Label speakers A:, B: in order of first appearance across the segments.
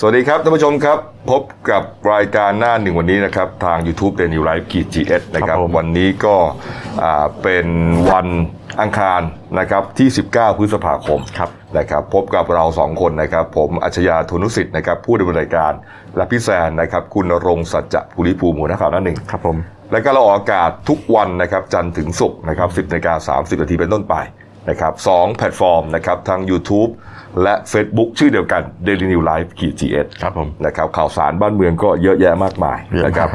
A: สวัสดีครับท่านผู้ชมครับ พบกับรายการหน้าหนึ่งวันนี้นะครับ ทาง YouTube The New Life GGS นะครับ
B: ครับผม
A: วันนี้ก็อ่าเป็นวันอังคารนะครับที่ 19 พฤษภาคม
B: ครับ
A: นะครับ พบกับเราสองคนนะครับ ผมอัจฉริยะธนุสิทธิ์นะครับผู้ดำเนินรายการ และพี่แซนนะครับ คุณณรงค์สัจจะภูริภูมิหัวหน้าข่าวหน้าหนึ่ง
B: ครับผม
A: แล้วก็เราออกอากาศทุกวันนะครับจันทร์ถึงศุกร์นะครับ10นาฬิกา30นาทีเป็นต้นไปนะครับสองแพลตฟอร์มนะครับทั้ง YouTube และ Facebook ชื่อเดียวกัน Daily New Life ขีด GS
B: ครับผม
A: นะครับข่าวสารบ้านเมืองก็เยอะแยะมากมาย
B: เยอะมาก
A: นะครับ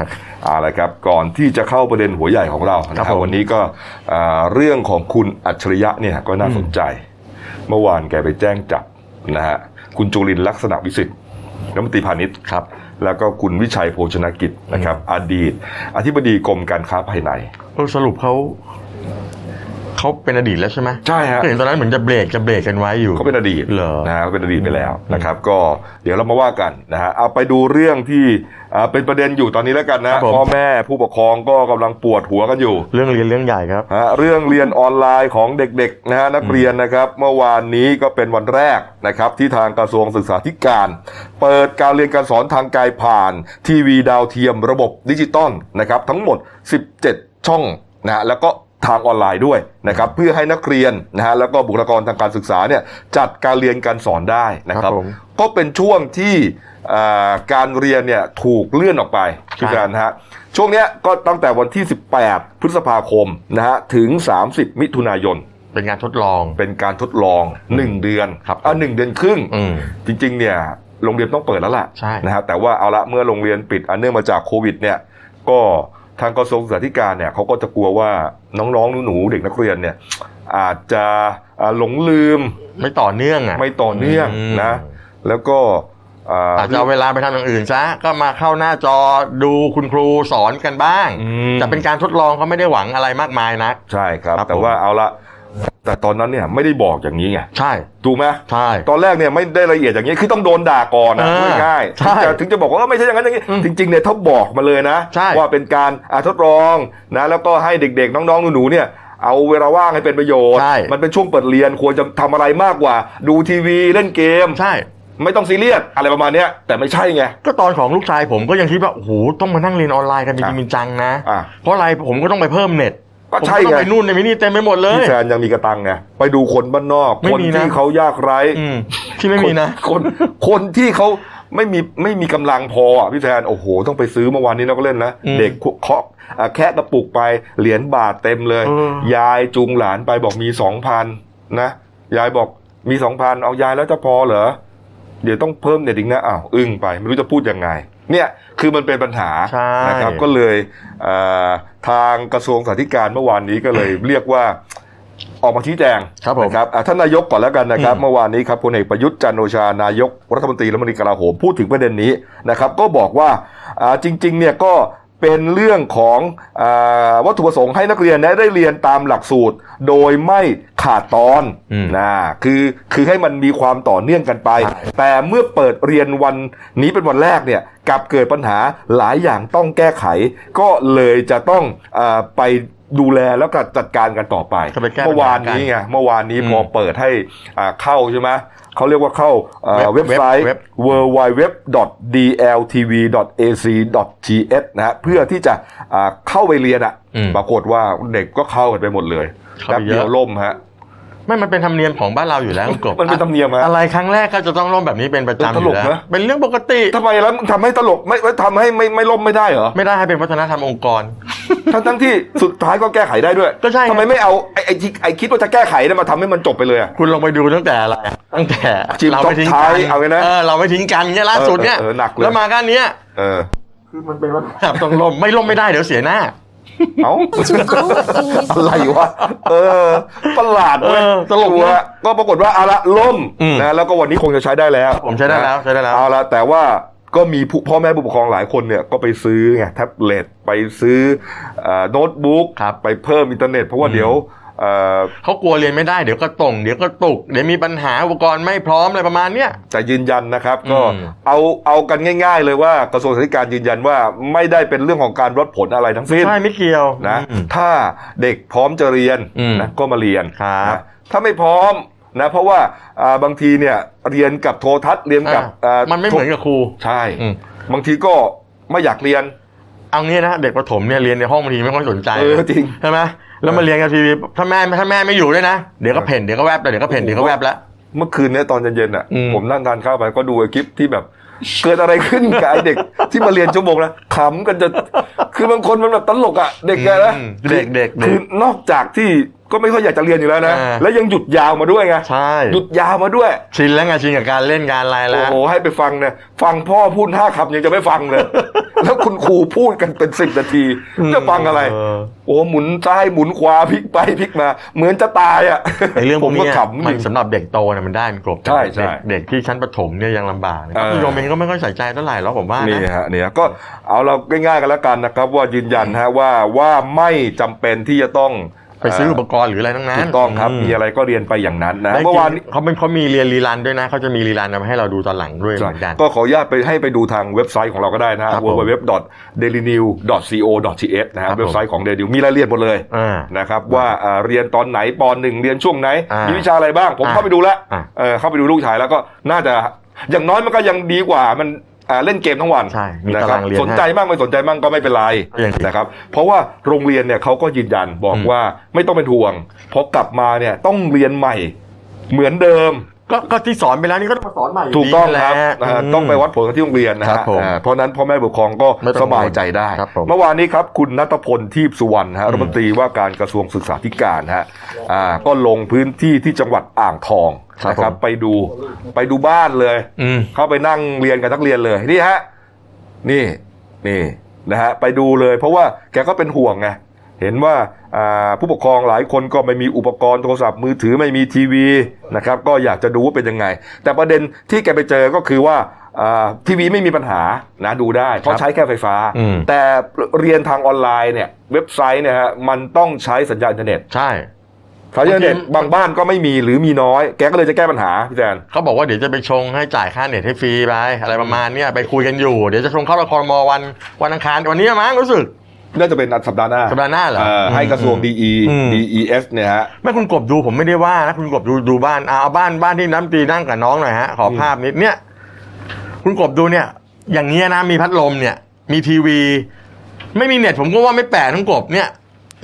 A: เอาละครับก่อนที่จะเข้าประเด็นหัวใหญ่ของเรานะค
B: ค
A: รั
B: รั
A: บบ
B: ผม
A: วันนี้ก็อ่าเรื่องของคุณอัจฉริยะเนี่ยก็น่าสนใจ เมื่อวานแกไปแจ้งจับนะฮะคุณจุลินทร์ลักษณะวิสิทธิ์รัฐมนตรีพาณิชย์
B: ครับ
A: แล้วก็คุณวิชัยโภชนกิจนะครับ อดีต อธิบดีกรมการค้าภายใน
B: สรุปเขา เขาเป็นอดีตแล้วใช่ไหม
A: ใช่ฮะ
B: เห็นตอนนั้นเหมือนจะเบรกจะเบรกกันไว้อยู่
A: เขาเป็นอดีต
B: เหรอ
A: นะฮะเขาเป็นอดีตไปแล้วนะครับ ก็เดี๋ยวเรามาว่ากันนะฮะเอาไปดูเรื่องที่อ่าเป็นประเด็นอยู่ตอนนี้แล้วกัน
B: ครั
A: นะ
B: บผม
A: พ่อแม่ผู้ปกครองก็กำลังปวดหัวกันอยู่
B: เรื่องเรียนเรื่องใหญ่ครับ
A: ฮะเรื่องเรียนออนไลน์ของเด็กๆนะฮะนักเรียนนะครับ เมื่อวานนี้ก็เป็นวันแรกนะครับ ที่ทางกระทรวงศึกษาธิการ เปิดการเรียนการสอนทางไกลผ่าน ทีวีดาวเทียมระบบดิจิตอลนะครับ ทั้งหมด 17 ช่องนะฮะแล้วก็ ทางออนไลน์ด้วยนะครับเพื่อให้นักเรียนนะฮะแล้วก็บุคลากรทางการศึกษาเนี่ยจัดการเรียนการสอนได้นะครับ
B: ครับผม
A: ก็เป็นช่วงที่อ่าการเรียนเนี่ยถูกเลื่อนออกไปคือ
B: ครับ
A: การนะฮะช่วงเนี้ยก็ตั้งแต่วันที่ 18 พฤษภาคมนะฮะถึง 30 มิถุนายน
B: เป็นงานทดลอง
A: เป็นการทดลอง 1 เดือน
B: ครับ
A: อ่ะหนึ่งเดือนครึ่ง
B: อืม
A: จริงๆ เนี่ยโรงเรียนต้องเปิดแล้วล่ะ
B: ใช่
A: นะฮะแต่ว่าเอาละเมื่อโรงเรียนปิดอันเนื่องมาจากโควิดเนี่ยก็ทางกระทรวงศึกษาธิการเนี่ยเขาก็จะกลัวว่าน้องๆหนูๆเด็กนักเรียนเนี่ยอาจจะอ่าหลงลืม
B: ไม่ต่อเนื่องอ่ะ
A: ไม่ต่อเนื่อง
B: ม
A: นะแล้วก็อ่า
B: อาจจะเอาเวลาไปทำอย่างอื่นซะก็มาเข้าหน้าจอดูคุณครูสอนกันบ้าง
A: อืม
B: จะเป็นการทดลองเขาไม่ได้หวังอะไรมากมายนะ
A: ใช่ครับ
B: ครับ
A: แต่
B: ผม
A: ว่าเอาละแต่ตอนนั้นเนี่ยไม่ได้บอกอย่างนี้ไง
B: ใช่
A: ถูกไหม
B: ใช่
A: ตอนแรกเนี่ยไม่ได้ละเอียดอย่างนี้คือต้องโดนด่าก่อนนะ
B: เออ
A: พูดง่ายๆ
B: ใช่
A: ถึงจะถึงจะบอกว่าเออไม่ใช่อย่างนั้นอย่างนี้
B: อืม
A: จริงๆเนี่ยถ้าบอกมาเลยนะ
B: ใช่
A: ว่าเป็นการอ่ะทดลองนะแล้วก็ให้เด็กๆ น้องๆหนูๆเนี่ยเอาเวลาว่างให้เป็นประโยชน์
B: ใช่
A: มันเป็นช่วงเปิดเรียนควรจะทำอะไรมากกว่า ดูทีวีเล่นเกม
B: ใช่
A: ไม่ต้องซีเรียสอะไรประมาณเนี้ยแต่ไม่ใช่ไง
B: ก็ตอนของลูกชายผมก็ยังคิดว่าโอ้โหต้องมานั่งเรียนออนไลน์กันจริงๆจังๆนะ
A: อ่ะ
B: เพราะอะไรผมก็ต้องไปเพิ่มเน็ต
A: ก็ใช่
B: ผมต้อ
A: ไง
B: งไปนู่นไปนี่เต็มไปหมดเลย
A: พี่แฟนยังมีกระตังไงไปดูคนบ้านนอก
B: ไม่
A: คน
B: มีนะ
A: ที่เขายากไร้
B: อืมที่ไม่มีนะ
A: คนคนคนที่เขาไม่มีไม่มีกำลังพออ่ะพี่แทนโอ้โหต้องไปซื้อเมื่อวานนี้เราก็เล่นนะ
B: อืม
A: เด็กเคาะอ่ะแคะกระปุกไปเหรียญบาทเต็มเลย
B: เออ
A: ยายจูงหลานไปบอกมีสองพันนะยายบอกมีสองพันเอายายแล้วจะพอเหรอเดี๋ยวต้องเพิ่มเน็ตอีกนะอ้าวอึ้งไปไม่รู้จะพูดยังไง เนี่ยคือมันเป็นปัญหา
B: ใช่
A: นะครับก็เลยเอ่อทางกระทรวงสาธการเมื่อวานนี้ก็เลย เรียกว่าออกมาชี้แจง
B: ครับผม
A: นะครับอ่ะท่านนายกก่อนแล้วกันนะครับ
B: อืม
A: เมื่อวานนี้ครับพลเอกประยุทธ์จันทร์โอชานายกรัฐมนตรีและมนตรีกลาโหมพูดถึงประเด็นนี้นะครับ ก็บอกว่าอ่าจริงๆเนี่ยก็เป็นเรื่องของอาวัตถุประสงค์ให้นักเรียนได้ได้เรียนตามหลักสูตร โดยไม่ขาดตอน
B: อืม
A: นะคือคือให้มันมีความต่อเนื่องกันไป
B: ใช่
A: แต่เมื่อเปิดเรียนวันนี้เป็นวันแรกเนี่ยกลับเกิดปัญหาหลายอย่างต้องแก้ไข ก็เลยจะต้องอาไปดูแลแล้วก็จัดการกันต่อไป
B: ก็ไปแก้ปัญหา
A: เมื่อวานนี้ไงเมื่อวานนี้
B: อืม
A: พอเปิดให้อ่าเข้าใช่ไหมเขาเรียกว่าเข้าเอ่อ
B: เว็
A: เว็บบ ไซต์
B: เว็บ
A: www.dltv.ac.th นะฮะเพื่อที่จะอ่าเข้าไปเรียนอ่ะ
B: อืม
A: ปรากฏว่าเด็กก็เข้ากันไปหมดเลย
B: เข้า
A: แป๊บ
B: ไปเย
A: เดี
B: อะ
A: ยวล่มฮะ
B: ไม่มันเป็นธรรมเนียมของบ้านเราอยู่แล้วกบ
A: มันเป็นธรรมเนียม
B: อะ
A: ฮะ
B: อะไรครั้งแรกก็จะต้องร่วมแบบนี้เป็นประจำอยู่
A: ตลก
B: แล้ว
A: นะ
B: เป็นเรื่องปกติ
A: ทำไมแล้วมึงทำให้ตลกไม่ไม่ทำให้ไม่ไม่ล่มไม่ได้เหรอ
B: ไม่ได้ให้เป็นวัฒนธรรมองค์กร
A: ทั้งทั้งที่สุดท้ายก็แก้ไขได้ด้วย
B: ก็ใช่ไง
A: ทำไมไม่เอาไอ้ไอ้ที่ไอ้คิดว่าจะแก้ไขเนี่ยมาทำให้มันจบไปเลยอะ
B: คุณลองไปดูตั้งแต่อะไรตั้งแต่
A: จิ้ม
B: เราไม่ทิ้ง
A: ท็อป
B: กั
A: ท้าน ยเอาไว้นะ
B: เออเราไม่ทิ้งกันเนี่ยล่าสุดเนี่ย
A: เออเออหนักเลย
B: แล้วมาก้านเนี้ย
A: เออ
B: คือมันเป็นวัฒนธรรมต้องล่มไม่ล่มไม่ได้เดี๋ยวเสียหน้า
A: เอ้า อะไรวะ เออ ประหลาดเว้ย
B: เออตลกนะ
A: วก็ปรากฏว่าเอาละล่ม
B: อืม
A: นะแล้วก็วันนี้คงจะใช้ได้แล้ว
B: ผมใช้ได้แล้ว
A: นะ
B: ใช้ได้แล้ว
A: เอาละแต่ว่าก็มีผู้พ่อแม่ผู้ปกครองหลายคนเนี่ยก็ไปซื้อไงแท็บเล็ตไปซื้อเอ่อโน้ตบุ๊ก
B: ครับ
A: ไปเพิ่มอินเทอร์เน็ต เพราะว่า
B: อืม
A: เดี๋ยวเอ่อ
B: เขากลัวเรียนไม่ได้เดี๋ยวก็ตรงเดี๋ยวก็ตกเดี๋ยวมีปัญหาอุปกรณ์ไม่พร้อมอะไรประมาณเนี้ย
A: จะยืนยันนะครับ
B: อืม
A: ก็เอาเอากันง่าย ๆ เลยว่ากระทรวงศึกษาธิการยืนยันว่าไม่ได้เป็นเรื่องของการวัดผลอะไรทั้งสิ้น
B: ใช่ไม่เกี่ยว
A: นะ
B: อืม
A: ถ้าเด็กพร้อมจะเรียน
B: อืม
A: นะก็มาเรียน
B: ครับ
A: นะถ้าไม่พร้อม นะเพราะว่าอ่าบางทีเนี่ยเรียนกับโทรทัศน์เรียนกับ
B: อ่า
A: อ่า
B: มันไม่เหมือนกับครู
A: ใช่
B: อืม
A: บางทีก็ไม่อยากเรียน
B: เอางี้นะเด็กประถมเนี่ยเรียนในห้องบางทีไม่ค่อยสนใจ
A: เออจริง
B: ใช่ไหมแล้วมาเรียนกับทีวีถ้าแม่ถ้าแม่ไม่อยู่ด้วยนะเดี๋ยวก็เพ่นเดี๋ยวก็แวบแล้วเดี๋ยวก็เพ่นเดี๋ยวก็แวบแล้ว
A: เมื่อคืนเนี้ยตอนเย็นๆอ่ะ
B: อืม
A: ผมนั่งทานข้าวไปก็ดูไอ้คลิปที่แบบ เกิดอะไรขึ้นกับไอ้เด็ก ที่มาเรียนชั่วโมงละขำกันจะคือบางคนมันแบบตลกอ่ะเด็กแกนะ
B: อืมเด็กเด็กเด็
A: คือก นอกจากที่ก็ไม่ค่อยอยากจะเรียนอยู่แล้วนะ
B: อ่า
A: แล้วยังหยุดยาวมาด้วยไง
B: ใช่
A: หยุดยาวมาด้วย
B: ชินแล้วไงชินกับการเล่นการอะไรแล้
A: โอ้
B: ว
A: โหให้ไปฟังเนี่ยฟังพ่อพูดห้าคำยังจะไม่ฟัง เลย แล้วคุณครูพูดกันเป็นสิบนาที จะฟังอะไร
B: เออ
A: โอ้หมุนซ้ายหมุนขวาพลิกไปพลิกมา เหมือนจะตายอ่ะ
B: ไอ้เรื่องพ
A: ผ
B: ว
A: ม
B: ก
A: ก็
B: เนี้ย
A: ขำ
B: มัน
A: จริง
B: สำหรับเด็กโตเนี่ยมันได้มันกลบ
A: ใช่ใช่
B: เด็กเด็กที่ชั้นประถมเนี่ยยังลำบากเลย
A: เออ
B: ผู้ชมเองก็ไม่ค่อยใส่ใจเท่าไหร่หรอกผมว่า
A: นี่
B: นะ
A: ฮะเนี่ยก็เอาเราง่ายๆกันแล้วกันนะครับ ว่ายืนยันฮะว่าว่าไม่จำเป็นที่จะต้อง
B: ไปซื้ออุปกรณ์หรืออะไรทั้งนั้น
A: ถูกต้องครับ
B: ม
A: มีอะไรก็เรียนไปอย่างนั้นนะ
B: ได้จริง
A: เมื่อวานนี้
B: เขาเป็นเขามีเรียนรีลันด้วยนะเขาจะมีรีลันเอามาให้เราดูตอนหลังด้วยเหมือนกัน
A: ก็ขออนุญาตไปให้ไปดูทางเว็บไซต์ของเราก็ได้นะฮะ
B: ครับผม
A: www.dailynew.co.th นะ
B: ค
A: ฮะ
B: รับผม
A: เว็บไซต์ของ Daily New มีรายละเอียดหมดเลย
B: อ่า
A: นะครับว่าเอ่อเรียนตอนไหนปหนึ่งเรียนช่วงไหน
B: อ่ามี
A: มีวิชาอะไรบ้าง ผม
B: อ่า
A: เข้าไปดูแล้ว
B: อ่า
A: เอ่อเข้าไปดูลูกชายแล้วก็น่าจะอย่างน้อยมันก็ยังดีกว่ามันเอ่อเล่นเกมทั้งวัน
B: ใช่มี
A: นะ
B: ตา
A: ครับ
B: รางเรียน
A: สนใจ
B: ห้
A: มากไม่สนใจมากก็ไม่เป็นไร
B: อย่างที่
A: นะครับเพราะว่าโรงเรียนเนี่ยเขาก็ยืนยันบอก
B: อืม
A: ว่าไม่ต้องเป็นห่วงพอกลับมาเนี่ยต้องเรียนใหม่เหมือนเดิม
B: ก็ก็ที่สอนไปแล้วนี่ก็ต้องมาสอนใหม่ยู่
A: ถูกต้อง
B: ดี
A: ครับ
B: แหละ
A: อ่าม ต้องไปวัดผลกันที่โรงเรียนนะ
B: ครั
A: ฮะ
B: บผม
A: อ่าเพราะฉะนั้นพ่อแม่ผู้ปกครองก็
B: ไม่ต้อง
A: สบายใจได้
B: ครับผม
A: เมื่อวานนี้ครับ คุณนัทพลทีพสุวรรณฮะรัฐมนตรีว่าการกระทรวงศึกษาธิการฮะอ่าก็ลงพื้นที่ที่จังหวัดอ่างทอง
B: ครับ
A: นะครั
B: ผม
A: ไปดูไปดูบ้านเลย
B: อืม
A: เข้าไปนั่งเรียนกับนักเรียนเลยนี่ฮะนี่นี่นะฮะไปดูเลย เพราะว่าแกก็เป็นห่วงไงเห็นว่าอ่าผู้ปกครองหลายคนก็ไม่มีอุปกรณ์โทรศัพท์มือถือไม่มีทีวีนะครับ ก็อยากจะดูว่าเป็นยังไง แต่ประเด็นที่แกไปเจอก็คือว่าอ่าทีวีไม่มีปัญหานะดูได้ เพราะใช้แค่ไฟฟ้า
B: อืม
A: แต่เรียนทางออนไลน์เนี่ยเว็บไซต์เนี่ยฮะมันต้องใช้สัญญาณอินเทอร์เน็ต
B: ใช่
A: สัญญาณอินเทอร์เน็ต
B: โอเค
A: บางบ้านก็ไม่มีหรือมีน้อยแกก็เลยจะแก้ปัญหาพี่แจน
B: เขาบอกว่าเดี๋ยวจะไปชงให้จ่ายค่าเน็ตให้ฟรีไปอะไรประมาณเนี้ยไปคุยกันอยู่ เดี๋ยวจะชงเข้าละครมวันวันอังคารวันนี้มั้งรู้สึก
A: น่าจะเป็นอันสัปดาห์หน้า
B: สัปดาห์หน้าเหรอ
A: ออให้กระทรวง DE
B: อืม
A: DES เนี่ยฮะ
B: แม่คุณกบดูผมไม่ได้ว่านะคุณกบดูดูบ้านอ่ะเอาบ้านบ้านที่น้ำตีนั่งกับน้องหน่อยฮะขอภาพนิดเนี่ยคุณกบดูเนี่ย อย่างเงี้ยนะมีพัดลมเนี่ย มีทีวี ไม่มีเน็ตผมก็ว่าไม่แปลกทั้งกบเนี่ย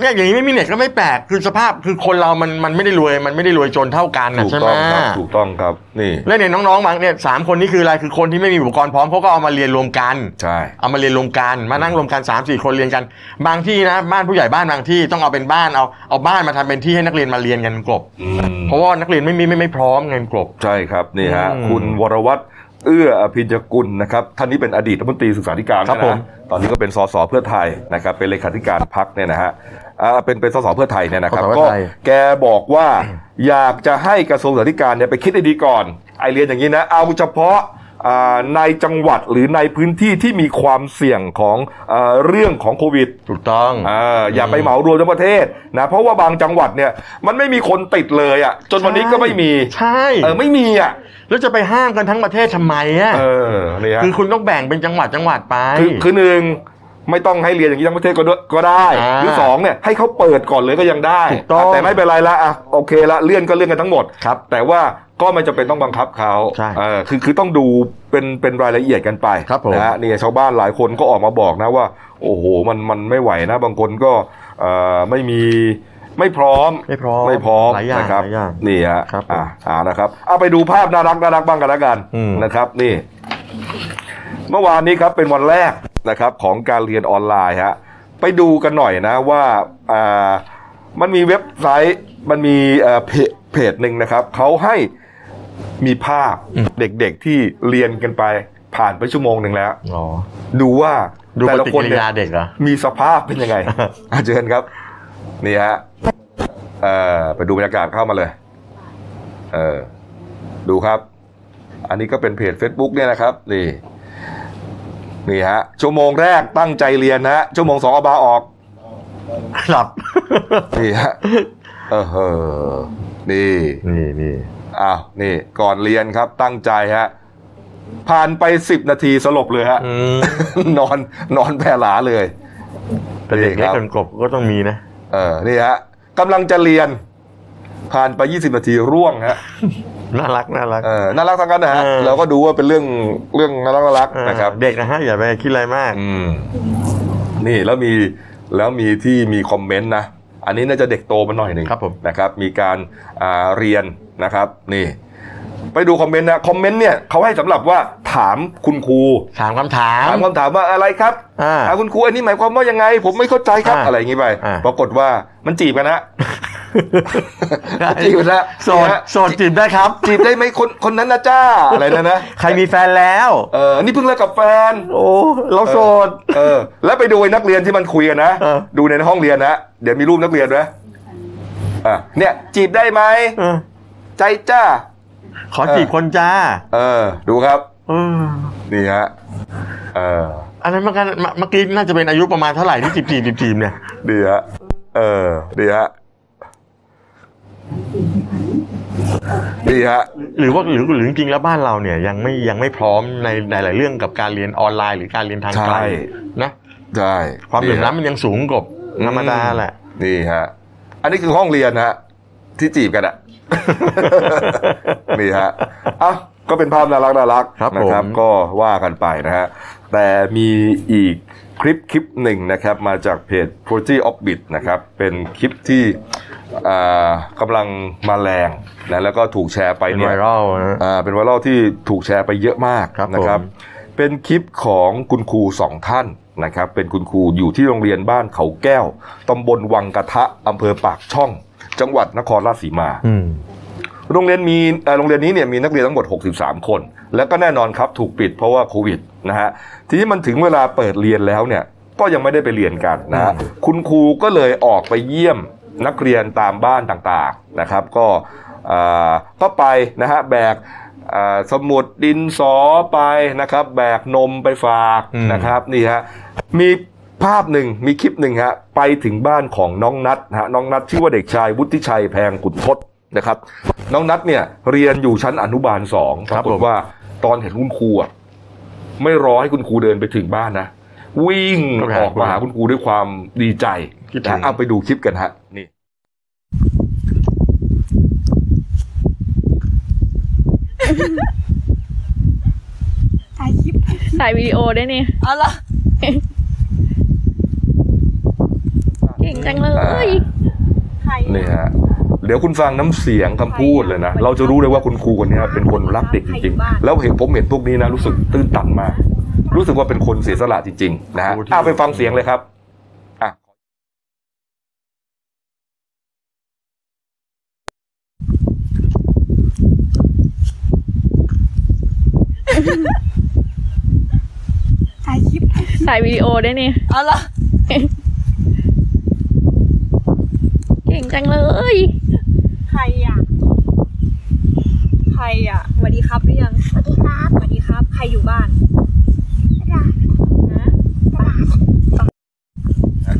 B: เนี่ยอย่างนี้ไม่มีเน็ตก็ไม่แปลกคือสภาพคือคนเรามันมันไม่ได้รวยมันไม่ได้รวยจนเท่ากันนะ
A: ถูก
B: ใช่ไหม
A: ต้องครับ ถูกต้องครับ นี่
B: แล้วเนี่ยน้องๆบางเนี่ยสามคนนี่คืออะไรคือคนที่ไม่มีอุปกรณ์พร้อมเขาก็เอามาเรียนรวมกัน
A: ใช่
B: เอามาเรียนรวมกันมานั่งรวมกันสามสี่คนเรียนกัน บางที่นะบ้านผู้ใหญ่บ้านบางที่ต้องเอาเป็นบ้านเอาเอาบ้านมาทำเป็นที่ให้นักเรียนมาเรียนกันกลบ
A: อืม
B: เพราะว่านักเรียนไม่มีไม่ไม่พร้อมไงกลบ
A: ใช่ครับ นี่ฮะ
B: อืม
A: คุณวรวัตรเอื้ออภิญญกุลนะครับ ท่านนี้เป็นอดีตรัฐมนตรีศึกษาธิการ
B: ครับ
A: นะ
B: ผม
A: ฮะตอนนี้ก็เป็นสสเพื่อไทยนะครับ เป็นเลขาธิการพักเนี่ยนะฮะอ่าเป็นเป็นสสเพื่อไทยเนี่ยนะครับ
B: สสเพื่
A: ก็
B: อไทย
A: แกบอกว่า อยากจะให้กระทรวงศึกษาธิการเนี่ยไปคิดให้ดีก่อนไอเรียนอย่างนี้นะ เอาเฉพาะอ่าในจังหวัดหรือในพื้นที่ที่มีความเสี่ยงของอ่าเรื่องของโควิด
B: ถูกต้อง
A: อ่าอย่าไปเหมารวมทั้งประเทศนะเพราะว่าบางจังหวัดเนี่ยมันไม่มีคนติดเลยอ่ะ จนวันนี้ก็ไม่มี
B: ใช่
A: เออไม่มีอ่ะ
B: แล้วจะไปห้ามกันทั้งประเทศทำไมอ่ะ
A: เออนี่ฮะ
B: คือคุณต้องแบ่งเป็นจังหวัดจังหวัดไป
A: คือคือหนึ่งไม่ต้องให้เรียนอย่างนี้ทั้งประเทศก็ด้วยก็ได้
B: อ่า
A: หรือสองเนี่ยให้เขาเปิดก่อนเลยก็ยังได้
B: ถูกต้อง
A: แต่ไม่เป็นไรละอ่ะโอเคละเลื่อนก็เลื่อนกันทั้งหมด
B: ครับ
A: แต่ว่าก็ไม่จำเป็นต้องบังคับเขา
B: ใช่
A: เออคือคือต้องดูเป็นเป็นรายละเอียดกันไป
B: ครับผม
A: นะฮะนี่ชาวบ้านหลายคนก็ออกมาบอกนะว่า โอ้โหมันมันไม่ไหวนะ บางคนก็เอ่อไม่มีไม่พร้อม
B: ไม่พร้อม
A: ไม่พร้อม
B: หลายอย่าง
A: นะครับ
B: หลายอย่าง
A: นี่ฮะ
B: ครับผม
A: อ่าอ่านะครับเอาไปดูภาพน่ารักน่ารักบ้างกันแล้วกัน
B: อืม
A: นะครับนี่ เมื่อวานนี้ครับเป็นวันแรกนะครับของการเรียนออนไลน์ฮะไปดูกันหน่อยนะว่าอ่ามันมีเว็บไซต์มันมีเอ่อเพจเพจหนึ่งนะครับเขาให้มีภาพ
B: อืม
A: เด็กๆที่เรียนกันไปผ่านไปชั่วโมงหนึ่งแล้ว
B: อ๋อ
A: ดูว่า
B: ดู
A: แต่
B: ป
A: ละ
B: ฏิ
A: คน
B: กิริ
A: เนี่ย
B: ยาเด็กเหรอ
A: มีสภาพเป็นยังไง อาเชิญครับ นี่ฮะเอ่อไปดูบรรยากาศเข้ามาเลย เออดูครับ อันนี้ก็เป็นเพจ Facebook เนี่ยนะครับ นี่ นี่ฮะ ชั่วโมงแรกตั้งใจเรียนนะฮะ ชั่วโมงสองเอาบาออก
B: หลับ
A: นี่ ฮะ เออเออนี่
B: นี่นี่
A: อ้าว นี่ ก่อนเรียนครับ ตั้งใจฮะ ผ่านไปสิบนาทีสลบเลยฮะ
B: อืม
A: นอน นอนแผ่หลาเลย
B: แต่เด็ก
A: นี่ค
B: เล็ก
A: รับ
B: คนกบก็ต้องมีนะ
A: เออ นี่ฮะกำลังจะเรียน ผ่านไป 20 นาทีร่วงฮะ
B: น่ารักน่ารัก
A: เออน่ารักทั้งนั้นนะฮะ
B: เออ
A: เราก็ดูว่าเป็นเรื่องเรื่องน่ารักน่ารักๆนะครับ
B: เออเด็กนะฮะอย่าไปคิดอะไรมาก
A: อืมนี่แล้วมีแล้วมีที่มีคอมเมนต์นะ อันนี้น่าจะเด็กโตมาหน่อยหนึ่ง
B: ครับผม
A: นะครับ มีการอ่าเรียนนะครับ นี่ ไปดูคอมเมนต์นะคอมเมนต์เนี่ยเขาให้สำหรับว่าถามคุณครู
B: ถามคำถาม
A: ถามคำถามว่าอะไรครับ
B: อ่า
A: ถามคุณครูอันนี้หมายความว่ายังไง ผมไม่เข้าใจครับ
B: อ่า
A: อะไรอย่างนี้ไป
B: อ่า
A: ปรากฏว่ามันจีบกันนะมันจีบกันนะ
B: โสด
A: นะฮะ
B: โสดจีบได้ครับ
A: จีบได้ไหมคนคนนั้นนะจ้าอะไรนะนะ
B: ใครมีแฟนแล้ว
A: เออนี่เพิ่งเลิกกับแฟน
B: โอ้เราโสด
A: เออ แล้วไปดูไอ้นักเรียนที่มันคุยกันนะ
B: เออ
A: ดูในห้องเรียนนะ เดี๋ยวมีรูปนักเรียนไหมอ่ะเนี่ย จีบได้ไหม
B: เออ
A: ใจจ้า
B: ขอจีบคนจ้า
A: เออ ดูครับ
B: เออ
A: นี่ฮะ เออ
B: อันนั้นมันกันเมื่อกี้น่าจะเป็นอายุประมาณเท่าไหร่ที่จีบจีบจีบจีบเนี่ย
A: ดีฮะ เออดีฮะดีฮะ
B: หรือว่าหรือหรือจริงๆแล้วบ้านเราเนี่ยยังไม่ยังไม่พร้อมในในหลายเรื่องกับการเรียนออนไลน์หรือการเรียนทางไกล
A: ใช่
B: นะ
A: ใช่
B: ความเหลื่อม
A: ดีฮะ
B: ล้ำมันยังสูงกบธรรมดาแหละ
A: นี่ฮะ อันนี้คือห้องเรียนนะฮะ ที่จีบ กันอะ นี่ฮะอ่ะก็เป็นภาพน่ารักน่ารัก
B: ครับ
A: นะ
B: ผม
A: ก็ว่ากันไปนะฮะ แต่มีอีกคลิปคลิปหนึ่งนะครับ มาจากเพจ p r o j e Orbit นะครับ เป็นคลิปที่อ่ากำลังมาแรงนะแล้วก็ถูกแชร์ไป
B: เป็น
A: เนี่
B: ไวย รัลนะ
A: อ่าเป็นไวรัลที่ถูกแชร์ไปเยอะมาก
B: ครับ
A: นะครับ
B: ผม
A: เป็นคลิปของคุณครูสองท่านนะครับ เป็นคุณครูอยู่ที่โรงเรียนบ้านเขาแก้วตำบลวังกะทะอำเภอปากช่อง จังหวัดนครราชสีมา
B: อืม
A: โรงเรียนมีเอ่อโรงเรียนนี้เนี่ยมีนักเรียนทั้งหมด 63 คน แล้วก็แน่นอนครับถูกปิดเพราะว่าโควิดนะฮะ ทีนี้มันถึงเวลาเปิดเรียนแล้วเนี่ย ก็ยังไม่ได้ไปเรียนกันนะฮะคุณครูก็เลยออกไปเยี่ยมนักเรียนตามบ้านต่างๆนะครับ ก็อ่าก็ไปนะฮะแบกอ่าสมุดดินสอไปนะครับ แบกนมไปฝาก
B: อืม
A: นะครับนี่ฮะมีภาพหนึ่งมีคลิปหนึ่งฮะไปถึงบ้านของน้องนัทฮะน้องนัทชื่อว่าเด็กชายวุฒิชัยแพงขุนทศนะครับ น้องนัทเนี่ยเรียนอยู่ชั้นอนุบาลสอง
B: ค
A: ป
B: รับ
A: รากฏ
B: ผม
A: ว่าตอนเห็นคุณครูอะไม่รอให้คุณครูเดินไปถึงบ้านนะ วิ่งออกมาหาคุณครูด้วยความดีใจนะเอาไปดูคลิปกันฮะนี่
C: ถ่ายคลิป
D: ถ่ายวิดีโอได้วยนี่
C: เอาละ
D: เก่งจังเลย
C: ถ่าย
A: นี่ฮะเดี๋ยวคุณฟังน้ำเสียงคำพูดเลยนะ เราจะรู้เลยว่าคุณครูคนเนี้ยเป็นคนรักเด็กจริงๆ แล้วเห็นผมเห็นพวกนี้นะรู้สึกตื้นตันมาก รู้สึกว่าเป็นคนเสียสละจริงๆนะฮะ
B: โอ้ที่
A: อ่ะไปฟังเสียงเลยครับ อ่ะ
C: ถ่ายคลิป
D: ถ่ายวิดีโอได้วยนี่
C: เอาละ
D: เก่งจังเลย
C: ใครอ่ะใครอ่ะสวัสดีครับหรือยังสวัสดีครับสวัสดีครับ ใครอยู่บ้านนะ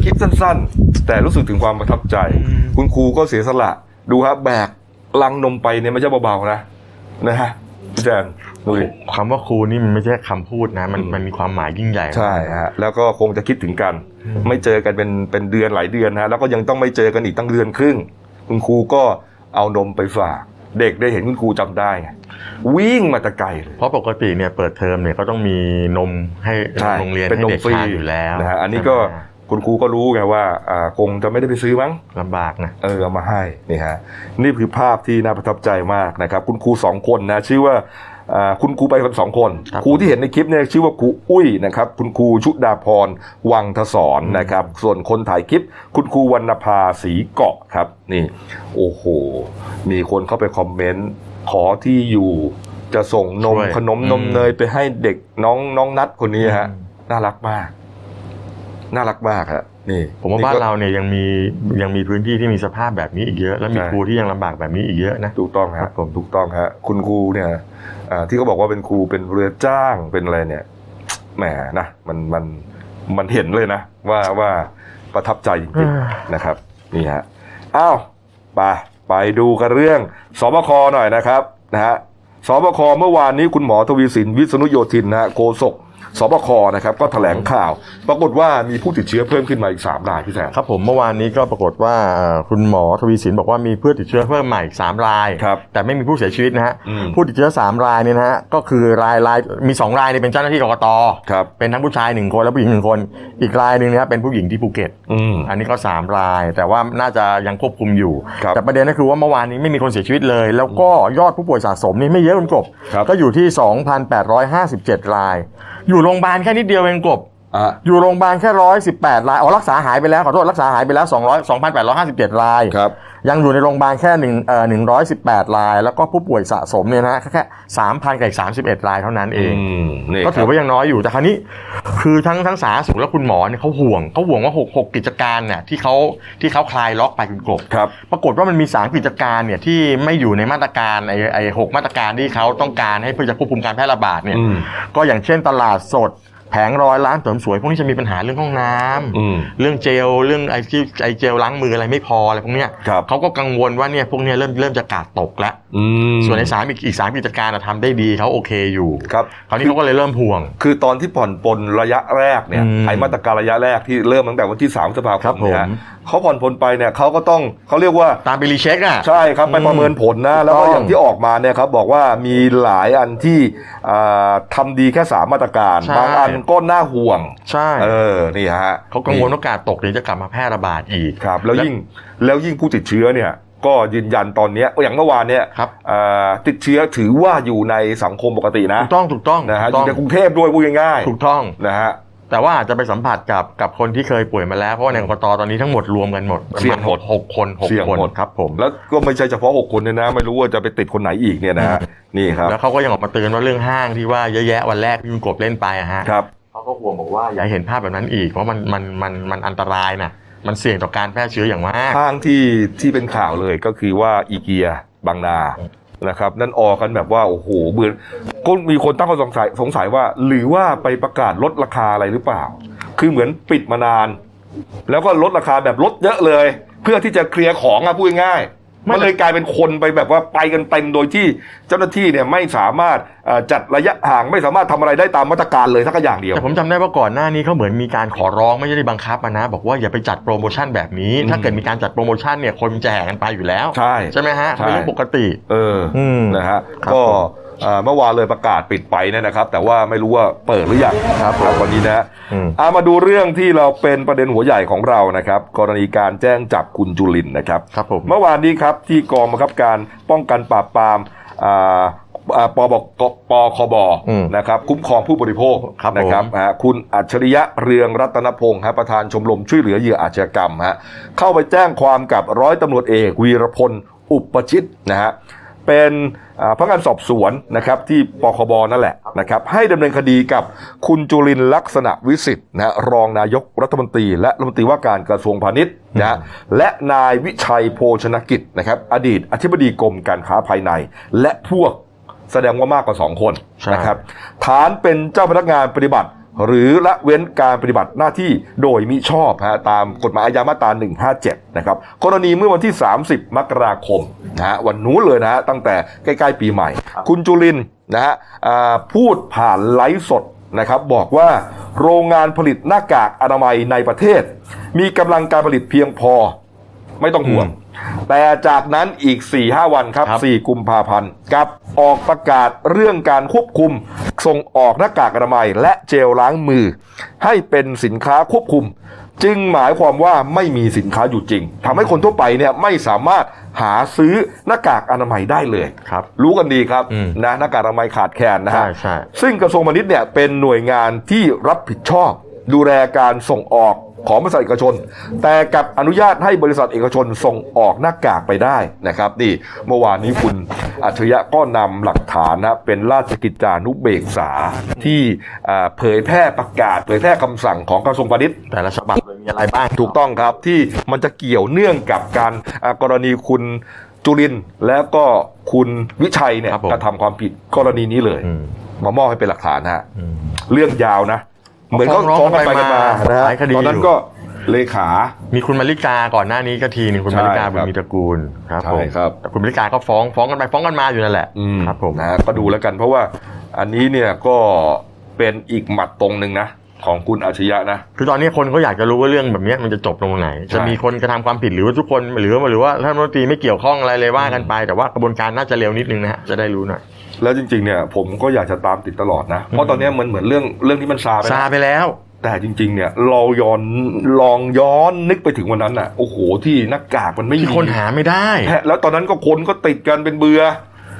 A: คลิปสั้นๆ แต่รู้สึกถึงความประทับใจ
B: อืม
A: คุณครูก็เสียสละดูครับแบกลังนมไปเนี่ยไม่ใช่เบาๆนะนะฮะพี่แจนดูดิ
B: คำว่าครูนี่มันไม่ใช่คำพูดนะ มัน
A: อืม
B: มันมีความหมายยิ่งใหญ่
A: ใช่ฮะแล้วก็คงจะคิดถึงกัน
B: อืม
A: ไม่เจอกันเป็นเป็นเดือนหลายเดือนฮะแล้วก็ยังต้องไม่เจอกันอีกตั้งเดือนครึ่ง คุณครูก็เอานมไปฝาก เด็กได้เห็นคุณครูจำได้ไงวิ่งมาแตะไกลเลย
B: เพราะปกติเนี่ยเปิดเทอมเนี่ยก็ต้องมีนมให้โรงเรียน
A: เป็น
B: ให้
A: นม
B: เด็ก
A: ฟรี
B: ทานอยู่แล้ว
A: นะฮะอันนี้ก็คุณครูก็รู้ไงว่าอ่าคงจะไม่ได้ไปซื้อมั้ง
B: ลำบากนะ
A: เออเอามาให้นี่ฮะนี่คือภาพที่น่าประทับใจมากนะครับ คุณครูสองคนนะชื่อว่าอ่าคุณครูไปกันสองคนครูที่เห็นในคลิปเนี่ยชื่อว่าครูอุ้ยนะครับ คุณครูชุดาพรวังทศรนะครับ ส่วนคนถ่ายคลิป คุณครูวรรณภาสีเกาะครับนี่ โอ้โห มีคนเข้าไปคอมเมนต์ขอที่อยู่จะส่งนมขนมนมเนยไปให้เด็กน้องน้องนัดคนนี้ฮะน่ารักมาก น่ารักมากฮะนี่
B: ผมว่าบ้านเราเนี่ยยังมียังมีพื้นที่ที่มีสภาพแบบนี้อีกเยอะ และมี
A: ใช่
B: ครูที่ยังลำบากแบบนี้อีกเยอะนะ
A: ถูกต้อง
B: ครั
A: ฮะ
B: บผม
A: ถูกต้องฮะคุณครูเนี่ยอ่าที่เขาบอกว่าเป็นครูเป็นเรือจ้างเป็นอะไรเนี่ยแหมนะมันมันมันเห็นเลยนะ ว่าว่าประทับใจจริง
B: อ่า
A: ๆนะครับนี่ฮะอ้าวไปไปดูกันเรื่องสบคหน่อยนะครับนะฮะสบคเมื่อวานนี้คุณหมอทวีสินวิษณุโยธินนะฮะโฆษก สบคนะครับก็แถลงข่าว ปรากฏว่ามีผู้ติดเชื้อเพิ่มขึ้นมาอีก 3 รายพี่แซม
B: ครับผมเมื่อวานนี้ก็ปรากฏว่าเอ่อคุณหมอทวีสินบอกว่ามีผู้ติดเชื้อเพิ่มใหม่อีกสามราย
A: ครับ
B: แต่ไม่มีผู้เสียชีวิตนะฮะ
A: อืม
B: ผู้ติดเชื้อสามรายเนี่ยนะฮะก็คือรายรายมีสองรายเนี่ยเป็นเจ้าหน้าที่กกต
A: ครับ
B: เป็นทั้งผู้ชายหนึ่งคนและผู้หญิงหนึ่งคน อีกรายหนึ่งนะครับเป็นผู้หญิงที่ภูเก็ต
A: อืม
B: อันนี้ก็ 3 ราย แต่ว่าน่าจะยังควบคุมอยู่
A: ครับ
B: แต่ประเด็นก็คือว่าเมื่อวานนี้ไม่มีคนเสียชีวิตเลย แล้วก็ยอดผู้ป่วยสะสมนี่ไม่เยอะคุณกบ
A: ครับ
B: ก็อยู่ที่ 2,857 ราย อยู่โรงพยาบาลแค่นิดเดียวเองกบ
A: อ่ะ
B: อยู่โรงพยาบาลแค่118รายอ๋อรักษาหายไปแล้วขอโทษรักษาหายไปแล้ว200 2,857 ราย
A: ครับ
B: ยังอยู่ในโรงพยาบาลแค่1เอ่อ118 ราย แล้วก็ผู้ป่วยสะสมเนี่ยนะฮะแค่3,000กับอีก31 รายเท่านั้นเอ
A: อื
B: ง
A: มนี่
B: ก็ถื
A: ค
B: อ
A: รับ
B: ว่ายังน้อยอยู่แต่คราวนี้ คือทั้งทั้งสาธารณสุขและคุณหมอเนี่ยเขาห่วงเขาห่วงว่าหกหกกิจการเนี่ยที่เขาที่เขาคลายล็อกไปคุณกบ
A: ครับ
B: ปรากฏว่ามันมีสามกิจการเนี่ยที่ไม่อยู่ในมาตรการไอ้ไอ้หกมาตรการที่เขาต้องการให้เพื่อจะควบคุมการแพร่ระบาดเนี่ย
A: อืม
B: ก็อย่างเช่นตลาดสด แผงรอยร้านเสริมสวยพวกนี้จะมีปัญหาเรื่องห้องน้ำ
A: อืม
B: เรื่องเจลเรื่องไอ้ที่ไอ้เจลล้างมืออะไรไม่พออะไรพวกเนี้ย
A: ครับ
B: เขาก็กังวลว่าเนี่ยพวกเนี้ยเริ่มเริ่มจะกาดตกแล้ว
A: อืม
B: ส่วนในสามอีกอีกสามกิจการน่ะทำได้ดีเขาโอเคอยู่
A: ครับ
B: คราวนี้เขาก็เลยเริ่มห่วง
A: คือตอนที่ผ่อนปลนระยะแรกเนี่ย
B: อืม
A: ไอมาตรการระยะแรกที่เริ่มตั้งแต่วันที่3พฤษภาค
B: ครั
A: ม
B: บผม
A: เนี่ยเขาผ่อนปลนไปเนี่ยเขาก็ต้องเขาเรียกว่า
B: ตามไปรีเช็คอ่ะ
A: ใช่ครับ ไปประเมินผลนะ แล้วก็
B: ถูกต้อง
A: อย่างที่ออกมาเนี่ยครับ บอกว่ามีหลายอันที่อ่าทำาดีแค่สามมาตรการ
B: ใช่
A: บางอันก็น่าห่วง
B: ใช่
A: เออ นี่ฮะ
B: เขากังวลว่ากาดตกเดี๋ยวจะกลับมาแพร่ระบาดอีก
A: ครับ แล้วยิ่งแล้วยิ่งผู้ติดเชื้อเนี่ย ก็ยืนยันตอนเนี้ยอย่างเมื่อวานเนี่ย
B: ครับ
A: อ่าติดเชื้อถือว่าอยู่ในสังคมปกตินะ
B: ถูกต้องถูกต้อง
A: นะฮะอ
B: ถู
A: ยู่
B: ก
A: ใน
B: ต้อง
A: กรุงเทพด้วยพูดง่าย
B: ถูกต้อง
A: ๆนะฮะ
B: แต่ว่าอาจจะไปสัมผัสกับกับคนที่เคยป่วยมาแล้ว เพราะว่าในกรกตตอนนี้ทั้งหมดรวมกันหมดประาณ
A: เสี่ยงหมด
B: หกคนหก
A: เสี่ยง
B: คน
A: หมด
B: ครับผม
A: แล้วก็ไม่ใช่เฉพาะหกคนเนี่ยนะ ไม่รู้ว่าจะไปติดคนไหนอีกเนี่ยนะฮะนี่ครับ
B: แล้วเขาก็ยังออกมาเตือนว่าเรื่องห้างที่ว่าเยอะแยะวันแรกที่คุณกบเล่นไปอะฮะ
A: ครับ
B: เขาก็ห่วงบอกว่าอย่าให้เห็นภาพแบบนั้นอีกเพราะมันมันมันมันอันตรายนะมันเสี่ยงต่อการแพร่เชื้ออย่างมาก
A: ห้างที่ที่เป็นข่าวเลยก็คือว่าอีเกียบางนานะครับ นั่นออกกันแบบว่า โอ้โหเบือนก็มีคนตั้งข้อสงสัยสงสัยว่า หรือว่าไปประกาศลดราคาอะไรหรือเปล่า คือเหมือนปิดมานาน แล้วก็ลดราคาแบบลดเยอะเลย เพื่อที่จะเคลียร์ของอะพูดง่าย
B: ไม่
A: มันเลยกลายเป็นคนไปแบบว่าไปกันเต็มโดยที่เจ้าหน้าที่เนี่ยไม่สามารถเอ่อจัดระยะห่างไม่สามารถทำอะไรได้ตามมาตรการเลยสักอย่างเดียว
B: แต่ผมจำได้ว่าก่อนหน้านี้เขาเหมือนมีการขอร้องไม่ได้บังคับอะนะ บอกว่าอย่าไปจัดโปรโมชั่นแบบนี้
A: อืม
B: ถ้าเกิดมีการจัดโปรโมชั่นเนี่ยคนมันจะแห่กันไปอยู่แล้ว
A: ใช่
B: ใช่ไหมฮะ
A: ใช่
B: เป็นเรื่องปกติ
A: เอออ
B: ม
A: นะฮะ
B: ครับ
A: ก็
B: ผม
A: อ่าเมื่อวานเลยประกาศปิดไปเนี่ยนะครับ แต่ว่าไม่รู้ว่าเปิดหรือยังครับวันนี้นะฮะ
B: อืม
A: อ่ามาดูเรื่องที่เราเป็นประเด็นหัวใหญ่ของเรานะครับ กรณีการแจ้งจับคุณจุลินทร์นะครับ
B: ครับผม
A: เมื่อวานนี้ครับที่กองบังคับการป้องกันปราบปรามอ่าอ่าปบกปคบ
B: อืม
A: นะครับคุ้มครองผู้บริโภค
B: ครับผม
A: นะครับฮะคุณอัจฉริยะเรืองรัตนพงศ์ฮะประธานชมรมช่วยเหลือเหยื่ออาชญากรรมฮะเข้าไปแจ้งความกับร้อยตำรวจเอกวีรพลอุปชิตนะฮะเป็นอ่าพนักงานสอบสวนนะครับที่ปคบนั่นแหละนะครับให้ดำเนินคดีกับคุณจุลินลักษณะวิสิทธิ์นะฮะรองนายกรัฐมนตรี และรัฐมนตรีว่าการกระทรวงพาณิชย์นะฮะ และนายวิชัยโภชนกิจนะครับ อดีตอธิบดีกรมการค้าภายใน และพวกแสดงว่ามากกว่า 2 คน
B: ใช่
A: นะครับ ฐานเป็นเจ้าพนักงานปฏิบัติ หรือละเว้นการปฏิบัติหน้าที่โดยมิชอบฮะตามกฎหมายอาญามาตรา157 นะครับ กรณีเมื่อวันที่ 30 มกราคมนะฮะวันนู้นเลยนะฮะตั้งแต่ใกล้ๆ ปีใหม่ คุณจุลินทร์นะฮะอ่าพูดผ่านไลฟ์สด นะครับบอกว่าโรงงานผลิตหน้ากากอนามัยในประเทศ มีกำลังการผลิตเพียงพอ ไม่ต้องห่วง แต่จากนั้นอีก 4-5หวันครับ
B: ครับ
A: 4 กุมภาพันธ์กับออกประกาศเรื่องการควบคุม ส่งออกหน้ากากอนามัยและเจลล้างมือ ให้เป็นสินค้าควบคุม จึงหมายความว่าไม่มีสินค้าอยู่จริงทำให้คนทั่วไปเนี่ยไม่สามารถหาซื้อหน้ากากอนามัยได้เลย
B: ครับ
A: รู้กันดีครับ
B: อืม
A: นะหน้ากากอนามัยขาดแคลนนะฮะ
B: ใช่ใช่
A: ซึ่งกระทรวงพาณิชย์เนี่ยเป็นหน่วยงานที่รับผิดชอบ ดูแลการส่งออกของบริษัทเอกชน แต่กลับอนุญาตให้บริษัทเอกชนส่งออกหน้ากากไปได้นะครับนี่เมื่อวานนี้คุณอัจฉริยะก็นำหลักฐานนะเป็นราชกิจจานุเบกษาที่อ่าเผยแพร่ประกาศ เผยแพร่คำสั่งของกระทรวงพาณิชย์
B: แต่ละฉบับเลยมีอะไรบ้าง
A: ถูกต้องครับที่มันจะเกี่ยวเนื่องกับการอ่ากรณีคุณจุรินทร์และก็คุณวิชัยเนี่ย
B: ครับผม
A: กระทำความผิดกรณีนี้เลย
B: อืม
A: มามอบให้เป็นหลักฐานฮะ
B: อืม
A: เรื่องยาวนะ เหมือนก็
B: ฟ้อ
A: ฟ้อ
B: งร้อง ง
A: กันไปกัน
B: กัน
A: มา
B: มา
A: นะฮะ
B: หลายคดี
A: ตอนนั้
B: อน ยู่
A: ก็เลขา
B: มีคุณมาริกาก่อนหน้านี้ก็ทีนึงคุณมาริกา
A: ใช่ครับ
B: บุญมีตระกูลครับผม
A: ใช่ครับ
B: แต่คุณมาริกาก็ฟ้องฟ้องกันไปฟ้องกันมาอยู่นั่นแหละ
A: อืม
B: ครับผม
A: นะฮะก็ดูแล้วกันเพราะว่าอันนี้เนี่ยก็ เป็นอีกหมัดตรงหนึ่งนะ ของคุณอาชญะนะ
B: คือตอนนี้คนเขาอยากจะรู้ว่าเรื่องแบบเนี้ยมันจะจบลงไหน จะมีคนกระทำความผิดหรือว่าทุกคนหรือว่าหรือว่าท่านรัฐมนตรีไม่เกี่ยวข้องอะไรเลยว่ากันไป แต่ว่ากระบวนการน่าจะเร็วนิดนึงนะฮะจะได้รู้หน่อย
A: แล้วจริงๆเนี่ยผมก็อยากจะตามติดตลอดนะ เพราะตอนเนี้ยมันเหมือนเรื่องเรื่องที่มันซาไป
B: ซา
A: แล้ว
B: ไปแล้ว
A: แต่จริง ๆ เนี่ยเราย้อนลองย้อนนึกไปถึงวันนั้นน่ะโอ้โหที่หน้ากากมันไม่
B: ที่
A: มี
B: คนหาไม่ได้
A: แพทย์แล้วตอนนั้นก็คนก็ติดกันเป็นเบือ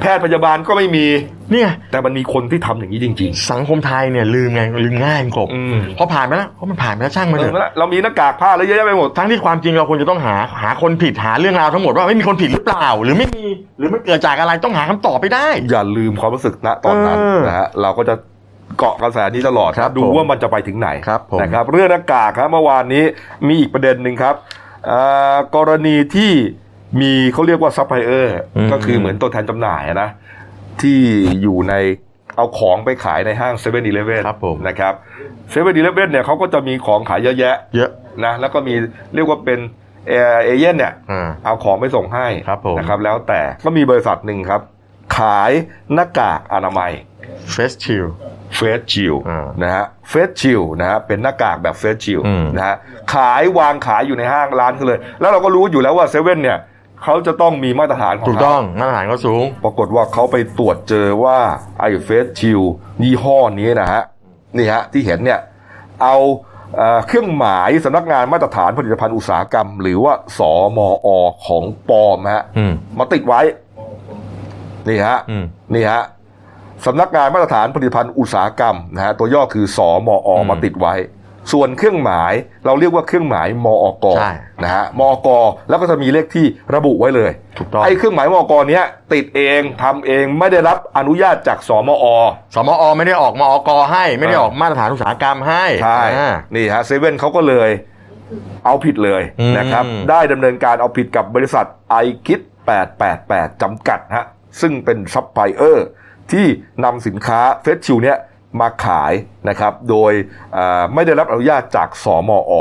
A: แพทย์พยาบาลก็ไม่มี
B: เนี่ย
A: แต่มันมีคนที่ทำอย่างนี้จริง
B: สังคมไทยเนี่ยลืมไงลืมง่ายกบ
A: ๆ อืม
B: พอผ่านไปแล้วเพราะมันผ่านไปแล้วช่างมันเถอะ
A: เรามีหน้ากากผ้าแล้วเยอะแยะไปหมด
B: ทั้งที่ความจริงเราควรจะต้องหาหาคนผิดหาเรื่องราวทั้งหมดว่าไม่มีคนผิดหรือเปล่า หรือไม่มีหรือมันเกิดจากอะไรต้องหาคำตอบไปได้
A: อย่าลืมความรู้สึกณตอนนั้น
B: เออ
A: นะฮะเราก็จะเกาะกระแสนี้ตลอด
B: ครับ
A: ดู
B: ผม
A: ว่ามันจะไปถึงไหน
B: ครับผม
A: นะครับ เรื่องหน้ากากครับเมื่อวานนี้มีอีกประเด็นหนึ่งครับอ่ากรณีที่มีเขาเรียกว่าซัพพลายเออร์ก็คือเหมือนตัวแทนจำหน่ายนะ ที่อยู่ในเอาของไปขายในห้างเซเว่นอีเลฟเว่น
B: ครับผม
A: นะครับเซเว่นอีเลฟเว่นเนี่ยเขาก็จะมีของขายเยอะแยะ
B: เยอะ
A: นะแล้วก็มีเรียกว่าเป็นเอเอเย่นเนี่ย
B: อ่า
A: เอาของไปส่งให้
B: ครับผม
A: นะครับ แล้วแต่ก็มีบริษัทหนึ่งครับ ขายหน้ากากอนามัย
B: เฟสชิล
A: เฟสชิล
B: อ่า
A: นะฮะเฟสชิลนะฮะเป็นหน้ากากแบบเฟสชิล
B: อืม
A: นะฮะขายวางขายอยู่ในห้างร้านเขาเลย แล้วเราก็รู้อยู่แล้วว่าเซเว่นเนี่ยเขาจะต้องมีมาตรฐานของ
B: ถูก
A: เขา
B: ต้องมาตรฐานก็สูง
A: ปรากฏว่าเขาไปตรวจเจอว่าไอ้เฟสชิลยี่ห้อนี้นะฮะนี่ฮะที่เห็นเนี่ยเอาเอ่อเครื่องหมายสำนักงานมาตรฐานผลิตภัณฑ์อุตสาหกรรม หรือว่าสมอของปลอมฮะ
B: อืม
A: มาติดไว้ นี่ฮะ
B: อืม
A: นี่ฮะสำนักงานมาตรฐานผลิตภัณฑ์อุตสาหกรรมนะฮะตัวย่อคือสอมอ
B: อืม
A: มาติดไว้ ส่วนเครื่องหมายเราเรียกว่าเครื่องหมายมอก
B: ใช่
A: นะฮะมอกแล้วก็จะมีเลขที่ระบุไว้เลย
B: ถูกต้อง
A: ไอ้เครื่องหมายมอกเนี้ยติดเองทำเองไม่ได้รับอนุญาตจากสอมอ
B: สมอไม่ได้ออกมาอกให้ ไม่ได้ออกมาตรฐานอุตสาหกรรมให้
A: ใช่
B: อ่า
A: นี่ฮะเซเว่นเขาก็เลยเอาผิดเลย
B: อืม
A: นะครับ ได้ดำเนินการเอาผิดกับบริษัทไอคิด888 จำกัดฮะ ซึ่งเป็นซัพพลายเออร์ที่นำสินค้าเฟสชิลเนี่ยมาขายนะครับ โดยเอ่อไม่ได้รับอนุญาตจากสมอ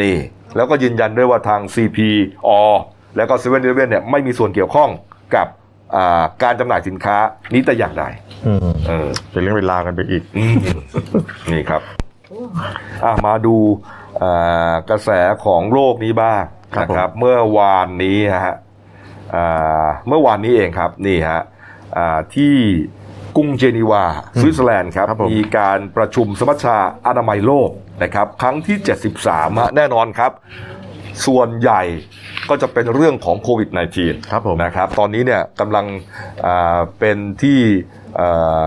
A: นี่ แล้วก็ยืนยันด้วยว่าทาง CPO แล้วก็เซเว่นเว่นเนี่ยไม่มีส่วนเกี่ยวข้องกับอ่าการจำหน่ายสินค้านี้แต่อย่างใด
B: อืม
A: เออ
B: เป็นเรื่องเวลาวกันไปอีก
A: อืมนี่ครับอ่ะมาดูอ่ากระแสของโลกนี้บ้าง
B: ครั
A: นะ
B: บผม
A: ครับ เมื่อวานนี้ฮะอ่าเมื่อวานนี้เองครับนี่ฮะอ่าที่กรุงเจนีวาสวิตเซอร์แลนด์ครับ
B: ครับผม
A: มีการประชุมสมัชชาอนามัยโลกนะครับ ครั้งที่ 73ฮะแน่นอนครับ ส่วนใหญ่ก็จะเป็นเรื่องของโควิด -19
B: ครับผม
A: นะครับตอนนี้เนี่ยกำลังอ่าเป็นที่อ่า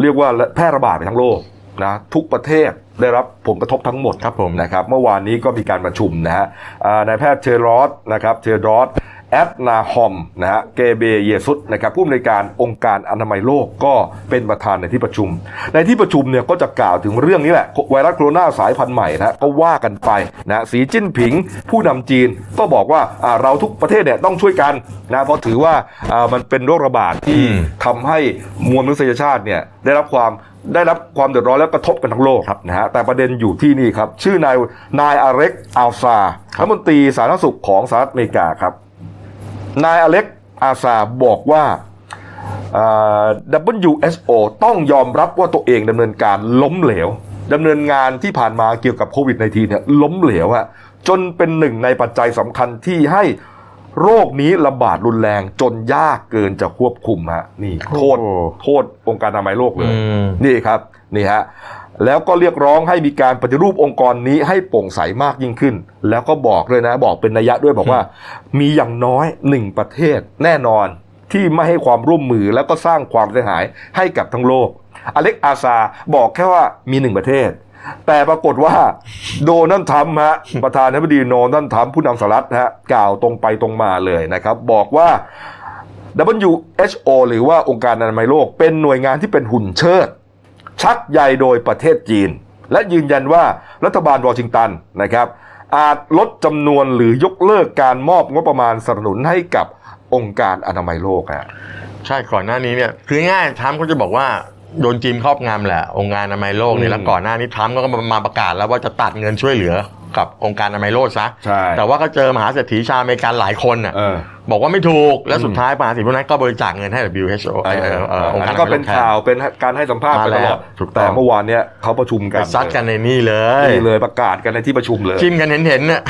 A: เรียกว่าแพร่ระบาดไปทั้งโลกนะทุกประเทศได้รับผลกระทบทั้งหมด
B: ครับผม
A: นะครับเมื่อวานนี้ก็มีการประชุมนะฮะอ่านายแพทย์เทรอสนะครับเทรอสแอดนาฮอมนะฮะเกเบเยซุสนะครับผู้อำนวยการองค์การอนามัยโลกก็เป็นประธานในที่ประชุม ในที่ประชุมเนี่ยก็จะกล่าวถึงเรื่องนี้แหละไวรัสโคโรนาสายพันธุ์ใหม่นะฮะก็ว่ากันไปนะสีจิ้นผิงผู้นำจีนก็บอกว่าอ่าเราทุกประเทศเนี่ยต้องช่วยกันนะเพราะถือว่าอ่ามันเป็นโรคระบาดที่
B: อืม
A: ทำให้มวลมนุษยชาติเนี่ยได้รับความได้รับความเดือดร้อนและกระทบกันทั้งโลกครับนะฮะแต่ประเด็นอยู่ที่นี่ครับ ชื่อนายนายอเล็กอัลซารัฐมนตรีสาธารณสุขของสหรัฐอเมริกาครับ นายอเล็กอาซาบอกว่าอ่า WHO ต้องยอมรับว่าตัวเองดำเนินการล้มเหลวดำเนินงานที่ผ่านมาเกี่ยวกับโควิด -19 เนี่ยล้มเหลวอะจนเป็นหนึ่งในปัจจัยสำคัญที่ให้โรคนี้ระบาดรุนแรงจนยากเกินจะควบคุมฮะนี่โทษ
B: โอ้โห
A: โทษองค์การอนามัยโลกเล
B: อื
A: ย
B: ม
A: นี่ครับนี่ฮะแล้วก็เรียกร้องให้มีการปฏิรูปองค์กรนี้ให้โปร่งใสมากยิ่งขึ้น แล้วก็บอกเลยนะ บอกเป็นนัยยะด้วยบอกว่า มีอย่างน้อยหนึ่งประเทศแน่นอนที่ไม่ให้ความร่วมมือแล้วก็สร้างความเสียหายให้กับทั้งโลก อเล็กอาซาบอกแค่ว่ามีหนึ่งประเทศ แต่ปรากฏว่าโดนัลด์ทรัมป์ ฮะ ประธานาธิบดีโดนัลด์ทรัมป์ผู้นำสหรัฐฮะกล่าวตรงไปตรงมาเลยนะครับ บอกว่า WHO หรือว่าองค์การอนามัยโลก เป็นหน่วยงานที่เป็นหุ่นเชิด ชักใยโดยประเทศจีน และยืนยันว่ารัฐบาลวอชิงตันนะครับ อาจลดจำนวนหรือยกเลิกการมอบงบประมาณสนับสนุนให้กับองค์การอนามัยโลกอะ
B: ใช่ก่อนหน้านี้เนี่ยคือง่ายทรัมป์เขาจะบอกว่า โดนจีนครอบงำแหละองค์การอนามัยโลกเนี่
A: อืม
B: ยแล้วก่อนหน้านี้ทรัมป์ก็มาประกาศแล้วว่าจะตัดเงินช่วยเหลือกับองค์การอนามัยโลกซะ
A: ใช่
B: แต่ว่าก็เจอมหาเศรษฐีชาวอเมริกันหลายคนน่ะ
A: เออ
B: บอกว่าไม่ถูก และ
A: อืม
B: สุดท้ายมหาเศรษฐีพวกนั้นก็บริจาคเงินให้ WHO เอ่อเอ่อเอ่อองค์
A: อัน
B: การ
A: นั้นก็เป็น
B: อมยโลแท
A: ข่าวเป็นการให้สัมภาษณ์
B: มา
A: ไป
B: แล้ว
A: ตลอด
B: ถูกต้
A: แต่
B: อง
A: เมื่อวานเนี้ยเขาประชุมกั
B: ไป
A: น
B: ซัดกันในนี่เลย
A: นี่เลยประกาศกันในที่ประชุมเลย
B: จิ้มกันเห็นๆน่ะ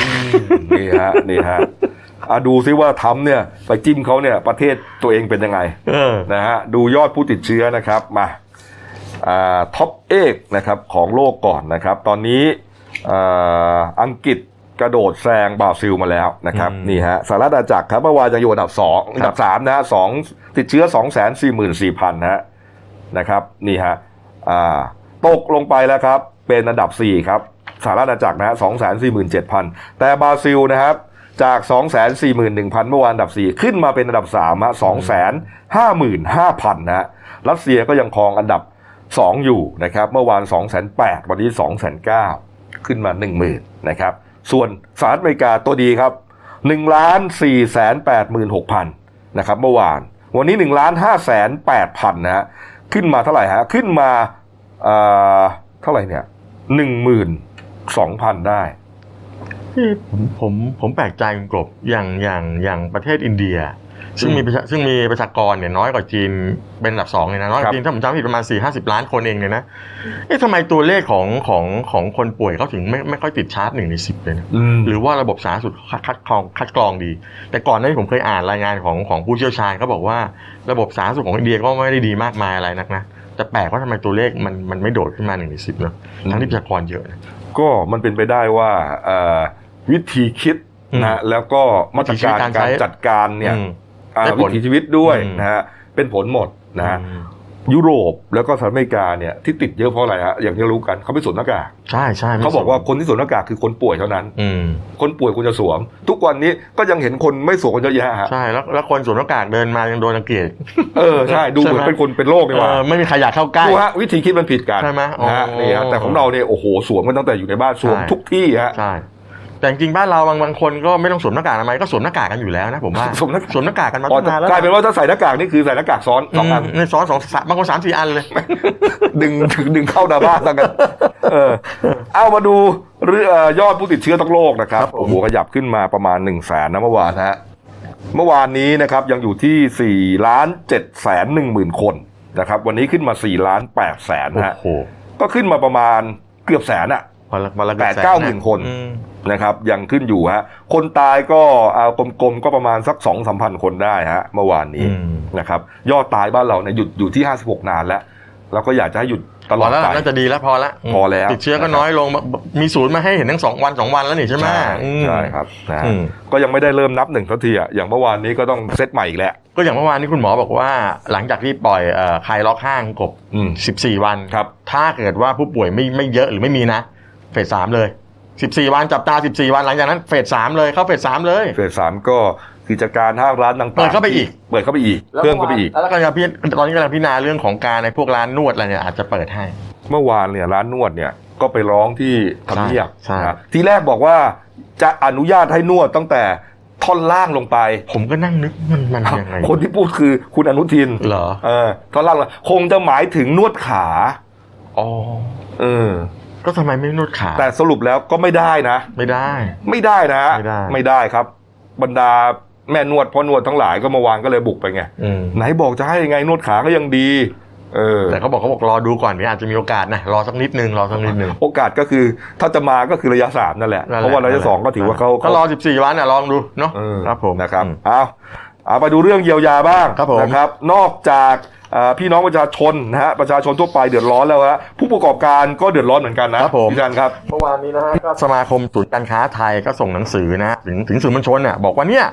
A: นี่ฮะนี่ฮะอะดูซิว่าทำเนี่ยไปจิ้มเขาเนี่ยประเทศตัวเองเป็นยังไง
B: เออ
A: นะฮะดูยอดผู้ติดเชื้อนะครับมาท็อปเอกนะครับของโลกก่อนนะครับ ตอนนี้อ่าอังกฤษกระโดดแซงบราซิลมาแล้วนะครับ
B: อืม
A: นี่ฮะสหรัฐอาณาจักรครับเมื่อวานยังอยู่อันดับสองอันดับสามนะฮะสองติดเชื้อ2 4 4 0 0 0นะฮะนะครับนี่ฮะอ่าตกลงไปแล้วครับ เป็นอันดับ 4 ครับสหรัฐอาณาจักรนะฮะ2 4 7 0 0 0 แต่บราซิลนะครับ จาก 241,000 เมื่อวานอันดับ 4 ขึ้นมาเป็นอันดับ3ฮะ255,000 นะฮะรัสเซียก็ยังครองอันดับ 2 อยู่นะครับ เมื่อวาน208,000 วันนี้ 209,000 ขึ้นมา 10,000นะครับ ส่วนสหรัฐอเมริกาตัวดีครับ1ล้าน4แสน8หมื่น6,000นะครับเมื่อวาน วันนี้1ล้าน5แสน8,000นะฮะขึ้นมาเท่าไหร่ฮะขึ้นมาเอ่อเท่าไหร่เนี่ย12,000 ได้
B: ที่ผมผมผมแปลกใจคุณกลบอย่างอย่างอย่างประเทศอินเดีย ซึ่งมีประชาซึ่งมีประชากรเนี่ยน้อยกว่าจีนเป็นอันดับสองเลยนะน้อยก
A: ครับ
B: ว่าจีนถ้าผมจำไม่ผิดประมาณสี่ห้าสิบล้านคนเองเนี่ยนะเอ๊ะทำไมตัวเลขของของของคนป่วยเขาถึงไม่ไม่ค่อยติดชาร์จหนึ่งในสิบเลยนะ
A: อืม
B: หรือว่าระบบสาธารณสุขคัดคัดกรองคัดกรองดี แต่ก่อนหน้านี้ผมเคยอ่านรายงานของของผู้เชี่ยวชาญเขาบอกว่าระบบสาธารณสุขของอินเดียก็ไม่ได้ดีมากมายอะไรนักนะแต่แปลกว่าทำไมตัวเลขมันมันไม่โดดขึ้นมาหนึ่งในสิบเนาะทั้งที่ประชากรเยอะนะ
A: ก็มันเป็นไปได้ว่าเอ่อวิธีคิดนะฮะแล้วก็มาตรการ
B: วิธีการใช้
A: การจัดการเนี่ย
B: อืม
A: อ่า
B: ได้ผ
A: วิ
B: ล
A: ถีชีวิตด้วย
B: อืม
A: นะฮะเป็นผลหมดนะฮะ
B: อืม
A: ยุโรปแล้วก็สหรัฐอเมริกาเนี่ยที่ติดเยอะเพราะอะไรฮะอย่างที่รู้กันเขาไม่สวมหน้ากาก
B: ใช่ใช่ไม่
A: เขาบอกว่า
B: สม
A: คนที่สวมหน้ากากคือคนป่วยเท่านั้น
B: อืม
A: คนป่วยคุณจะสวม ทุกวันนี้ก็ยังเห็นคนไม่สวมกันเยอะแยะฮะ
B: ใช่แล้วแล้วคนสวมหน้ากากเดินมายังโดนรังเกียจ
A: เออใช่ดูเหมือน
B: ใช่ไหม
A: เป็นคนเป็นโรคดีกว่า
B: เออไม่มีใครอยากเข้าใกล้
A: ดูฮะวิธีคิดมันผิดกัน
B: ใช่ไหมอ๋อ
A: นะฮะนี่ฮะแต่ของเราเนี่ยโอ้โหสวมกันตั้งแต่อยู่ในบ้านสวม
B: ใช่
A: ทุกที่ฮะ
B: ใช่แต่จริงๆบ้านเราบางบางคนก็ไม่ต้องสวมหน้ากากทำไมยก็สวมหน้ากากกันอยู่แล้วนะผมว่า
A: สวมหน้ากาก
B: สวมหน้ากากกันมา
A: อ๋อ
B: ตั้งนานแล้ว
A: กลายเป็นว่าถ้าใส่หน้ากากนี่คือใส่หน้ากากซ้อนสองอัน
B: ในซ้อนสองสามบางคนสามสี่อันเลย
A: ดึง ถึงดึงเข้าดราม่าซะกันเออ เอามาดูเรื่องเอ่อยอดผู้ติดเชื้อทั้งโลกนะครับ
B: ครับผม
A: โอ้โหขยับขึ้นมาประมาณ1นึ่งแสนนะเมื่อวานนะฮะเมื่อวานนี้นะครับยังอยู่ที่4ี่ล้านเจ็ดแสนหนึ่งหมื่นคนนะครับ วันนี้ขึ้นมา4ี่ล้านแปดแสน
B: โอ้
A: ฮะ
B: โห
A: ก็ขึ้นมาประมาณเกือบแสนอะ
B: วันละวันละ
A: แปด
B: ส
A: เก้าหมื่นคน
B: อืม
A: นะครับยังขึ้นอยู่ฮะคนตายก็เอากลมๆก็ประมาณสักสองสามพันคนได้ฮะเมื่อวานนี้
B: อืม
A: นะครับยอดตายบ้านเราเนี่ยหยุดอยู่ที่ 56 นานแล้ว เราก็อยากจะให้หยุดตล
B: พ
A: อ
B: อ
A: ด
B: แล้ว
A: ไป
B: น่าจะดีแล้วพอละม
A: พอแล้ว
B: ติดเชื้อ
A: นะครั
B: ก็
A: บ
B: น้อยลงมีศูนย์มาให้เห็นทั้งสองวันสองวันแล้วนี่ใช่ไหม
A: ใช่
B: อืม
A: ใช่ครับนะฮะ
B: อืม
A: ก็ยังไม่ได้เริ่มนับหนึ่งสักทีอะอย่างเมื่อวานนี้ก็ต้องเซตใหม่อีกแหละ
B: ก็อย่างเมื่อวานนี้คุณหมอบอกว่า หลังจากที่ปล่อยเอ่อคลายล็อกห้างกบ
A: อืม
B: 14 วัน
A: ครับ
B: ถ้าเกิดว่าผู้ป่วยไม่ไม่เยอะหรือไม่มีนะ เฟสสามเลย 14 วันจับตา 14 วันหลังจากนั้นเฟสสามเลยเข้าเฟสสามเลย
A: เฟสสามก็กิจการห้างร้านต่างๆ
B: เปิดเข้าไปอีก
A: เปิดเข้าไปอีกเพิ่มเข้าไปอีก
B: แล้วกำลังพิจารณาตอนนี้กำลังพิจารณาเรื่องของการในพวกร้านนวดอะไรเนี่ยอาจจะเปิดให้
A: เมื่อวานเนี่ยร้านนวดเนี่ยก็ไปร้องที่ทำเนียบ
B: ใช่ใช่
A: นะทีแรกบอกว่าจะอนุญาตให้นวดตั้งแต่ท่อนล่างลงไป
B: ผมก็นั่งนึกมันมันยังไง
A: คนที่พูดคือคุณอนุทิน
B: เหรอ
A: เออท่อนล่างลงคงจะหมายถึงนวดขา
B: อ๋อ
A: เออ
B: ก็ทำไมไม่นวดขา
A: แต่สรุปแล้วก็ไม่ได้นะ
B: ไม่ได้
A: ไม่ได้นะ
B: ไม่ได้
A: ไม่ได้ครับ บรรดาแม่นวดพ่อนวดทั้งหลายก็เมาวางก็เลยบุกไปไง
B: อืม
A: ไหนบอกจะให้ยังไงนวดขาก็ยังดี เออ
B: แต่เขาบอกเขาบอกรอดูก่อนเดี๋ยวอาจจะมีโอกาสนะรอสักนิดนึงรอสักนิดนึง
A: โอกาสก็คือถ้าจะมาก็คือระยะสามนั่นแหละ
B: นั่นแห
A: เพราะว่าระยะสองก็ถือว่าเขา
B: ก็รอ 14 วันอ่ะลองดูเนาะ
A: เออ
B: ครับผม
A: นะครับเอาเอาไปดูเรื่องเยียวยาบ้าง
B: ครับผม
A: นะครับ นอกจากเอ่อพี่น้องประชาชนนะฮะประชาชนทั่วไปเดือดร้อนแล้วฮะผู้ประกอบการก็เดือดร้อนเหมือนกันนะครับ
B: ผม
A: พี่ชันครับ
B: เมื่อวานนี้นะฮะก็สมาคมศูนย์การค้าไทยก็ส่งหนังสือนะฮะถึงถึงสื่อมวลชนน่ะบอกว่าเนี่ย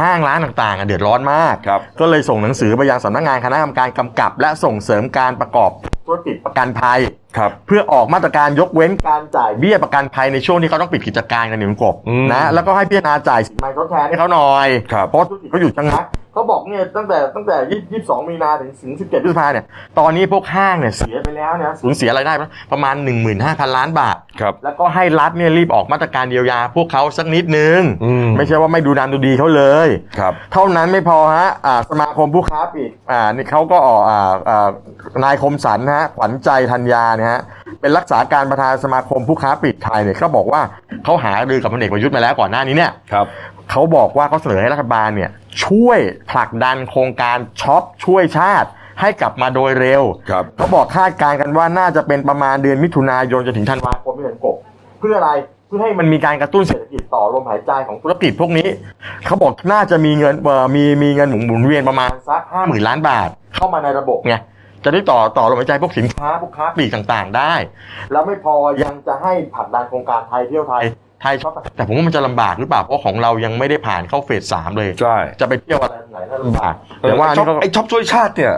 B: ห้างร้านต่างๆอ่ะเดือดร้อนมาก
A: ครับ
B: ก็เลยส่งหนังสือไปยังสำนักงานคณะกรรมการกำกับ และส่งเสริมการประกอบธุรกิจประกันภัย
A: ครับ
B: เพื่อออกมาตรการยกเว้นการจ่ายเบี้ยประกันภัยในช่วงที่เขาต้องปิดกิจการกันเนี่ยคุณกบ
A: อืม
B: นะแล้วก็ให้พิจารณาจ่ายสินไหมทดแทนให้เขาหน่อย
A: ครับ
B: เพราะธุรกิจเขาหยุดชะงักเขาบอกเนี่ยตั้งแต่ตั้งแต่ยี่สิบสองมีนาถึงสิบเจ็ดพฤษภาเนี่ยตอนนี้พวกห้างเนี่ยเสียไปแล้วนะสูญเสียรายได้ประมาณหนึ่งหมื่นห้าพันล้านบาท
A: ครับ
B: แล้วก็ให้รัฐเนี่ยรีบออกมาตรการเยียวยา พวกเขาสักนิดนึง
A: อืม
B: ไม่ใช่ว่าไม่ดูดามดูดีเขาเลย
A: ครับ
B: เท่านั้นไม่พอฮะอ่าสมาคมผู้ค้าปลีกอ่านี่เขาก็ออกอ่าอ่านายคมสันนะฮะขวัญใจธัญญานะฮะเป็นรักษาการประธานสมาคมผู้ค้าปลีกไทยเนี่ยก็บอกว่าเขาหารือกับพลเอกประยุทธ์มาแล้วก่อนหน้านี้เนี่ย
A: ครับ
B: เขาบอกว่าเขาเสนอให้รัฐบาลเนี่ยช่วยผลักดันโครงการช็อปช่วยชาติให้กลับมาโดยเร็ว
A: ครับ
B: เขาบอกคาดการณ์กันว่าน่าจะเป็นประมาณเดือนมิถุนายนจนถึงธันวาคมเดือนกบเพื่ออะไรเพื่อให้มันมีการกระตุ้นเศรษฐกิจต่อลมหายใจของธุรกิจพวกนี้ เขาบอกน่าจะมีเงินเอ่อมีมีเงินหมุนหมุนเวียนประมาณสักห้าหมื่นล้านบาท เข้ามาในระบบไงจะได้ต่อต่อลมหายใจพวกสินค้าพวกค้าปลีกต่างๆ ได้ แล้วไม่พอยังจะให้ผลักดันโครงการไทยเที่ยวไทยไทยชอบแต่ผมว่ามันจะลำบากหรือเปล่าเพราะของเรายังไม่ได้ผ่านเข้าเฟสสามเลย
A: ใช่
B: จะไปเที่ยวอะไรไหนน่าลำบากแต่
A: แต่
B: ว่า
A: ว่า
B: อัน
A: ช็อป
B: นี้ก็
A: ไอช็อปช่วยชาติเนี่ย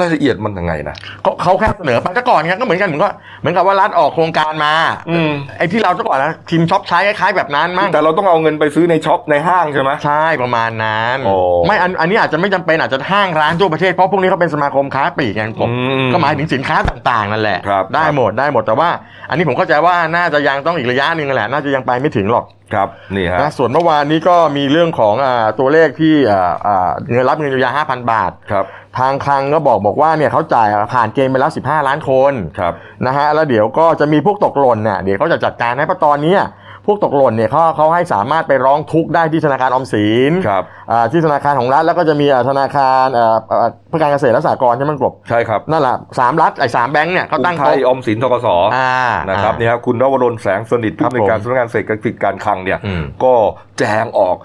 A: รายละเอียดมันยังไงนะ
B: เขาเขาแค่เสนอไปแต่ก่อนไงก็เหมือนกันเหมือนก็เหมือนกับว่ารัฐออกโครงการมา
A: อืม
B: ไอ้ที่เราแต่ก่อนนะทีมช็อปใช้คล้ายๆแบบนั้นมั้ง
A: แต่เราต้องเอาเงินไปซื้อในช็อปในห้างใช่ไหม
B: ใช่ประมาณนั้น
A: โอ้
B: ไม่อันอันนี้อาจจะไม่จำเป็นอาจจะห้างร้านทั่วประเทศเพราะพวกนี้เขาเป็นสมาคมค้าปลีกไงผม
A: อืม
B: ก็หมายถึงสินค้าต่างๆนั่นแหละ
A: ครับ
B: ได้
A: ครับ
B: หมดได้หมดแต่ว่า อันนี้ผมเข้าใจว่าน่าจะยังต้องอีกระยะหนึ่งแหละน่าจะยังไปไม่ถึงหรอก
A: ครับ นี่ฮะ
B: นะส่วนเมื่อวานนี้ก็มีเรื่องของอาตัวเลขที่อ่าอ่าเงินรับเงินเยียวยา5,000 บาท
A: ครับ
B: ทางคลังก็บอกบอกว่าเนี่ยเขาจ่ายผ่านเกณฑ์ไปแล้ว 15 ล้านคน
A: ครับ
B: นะฮะแล้วเดี๋ยวก็จะมีพวกตกหล่นเนี่ยเดี๋ยวเขาจะจัดการให้เพราะตอนเนี้ยพวกตกหล่นเนี่ยเขาเขาให้สามารถไปร้องทุกข์ได้ที่ธนาคารออมสิน
A: ครับ
B: อ่าที่ธนาคารของรัฐแล้วก็จะมีอ่าธนาคารเอ่อเอ่อเพื่อการเกษตรและสหกรณ์ใช่ไหมกบ
A: ใช่ครับ
B: นั่นแหละสามรัฐไอ้สามแบงค์เนี่ยเขาตั้ง
A: ไท
B: โต๊ะ
A: ยออมสินทกส
B: อ่า
A: นะ
B: นะ
A: ครับเนี่ยครับคุณนวรนแสงสนิท
B: ค
A: ผู้
B: รับ
A: ในวยการ
B: ผม
A: สำนักงานเศรษฐกิจการคลังเนี่ย
B: อืม
A: ก็แจงออก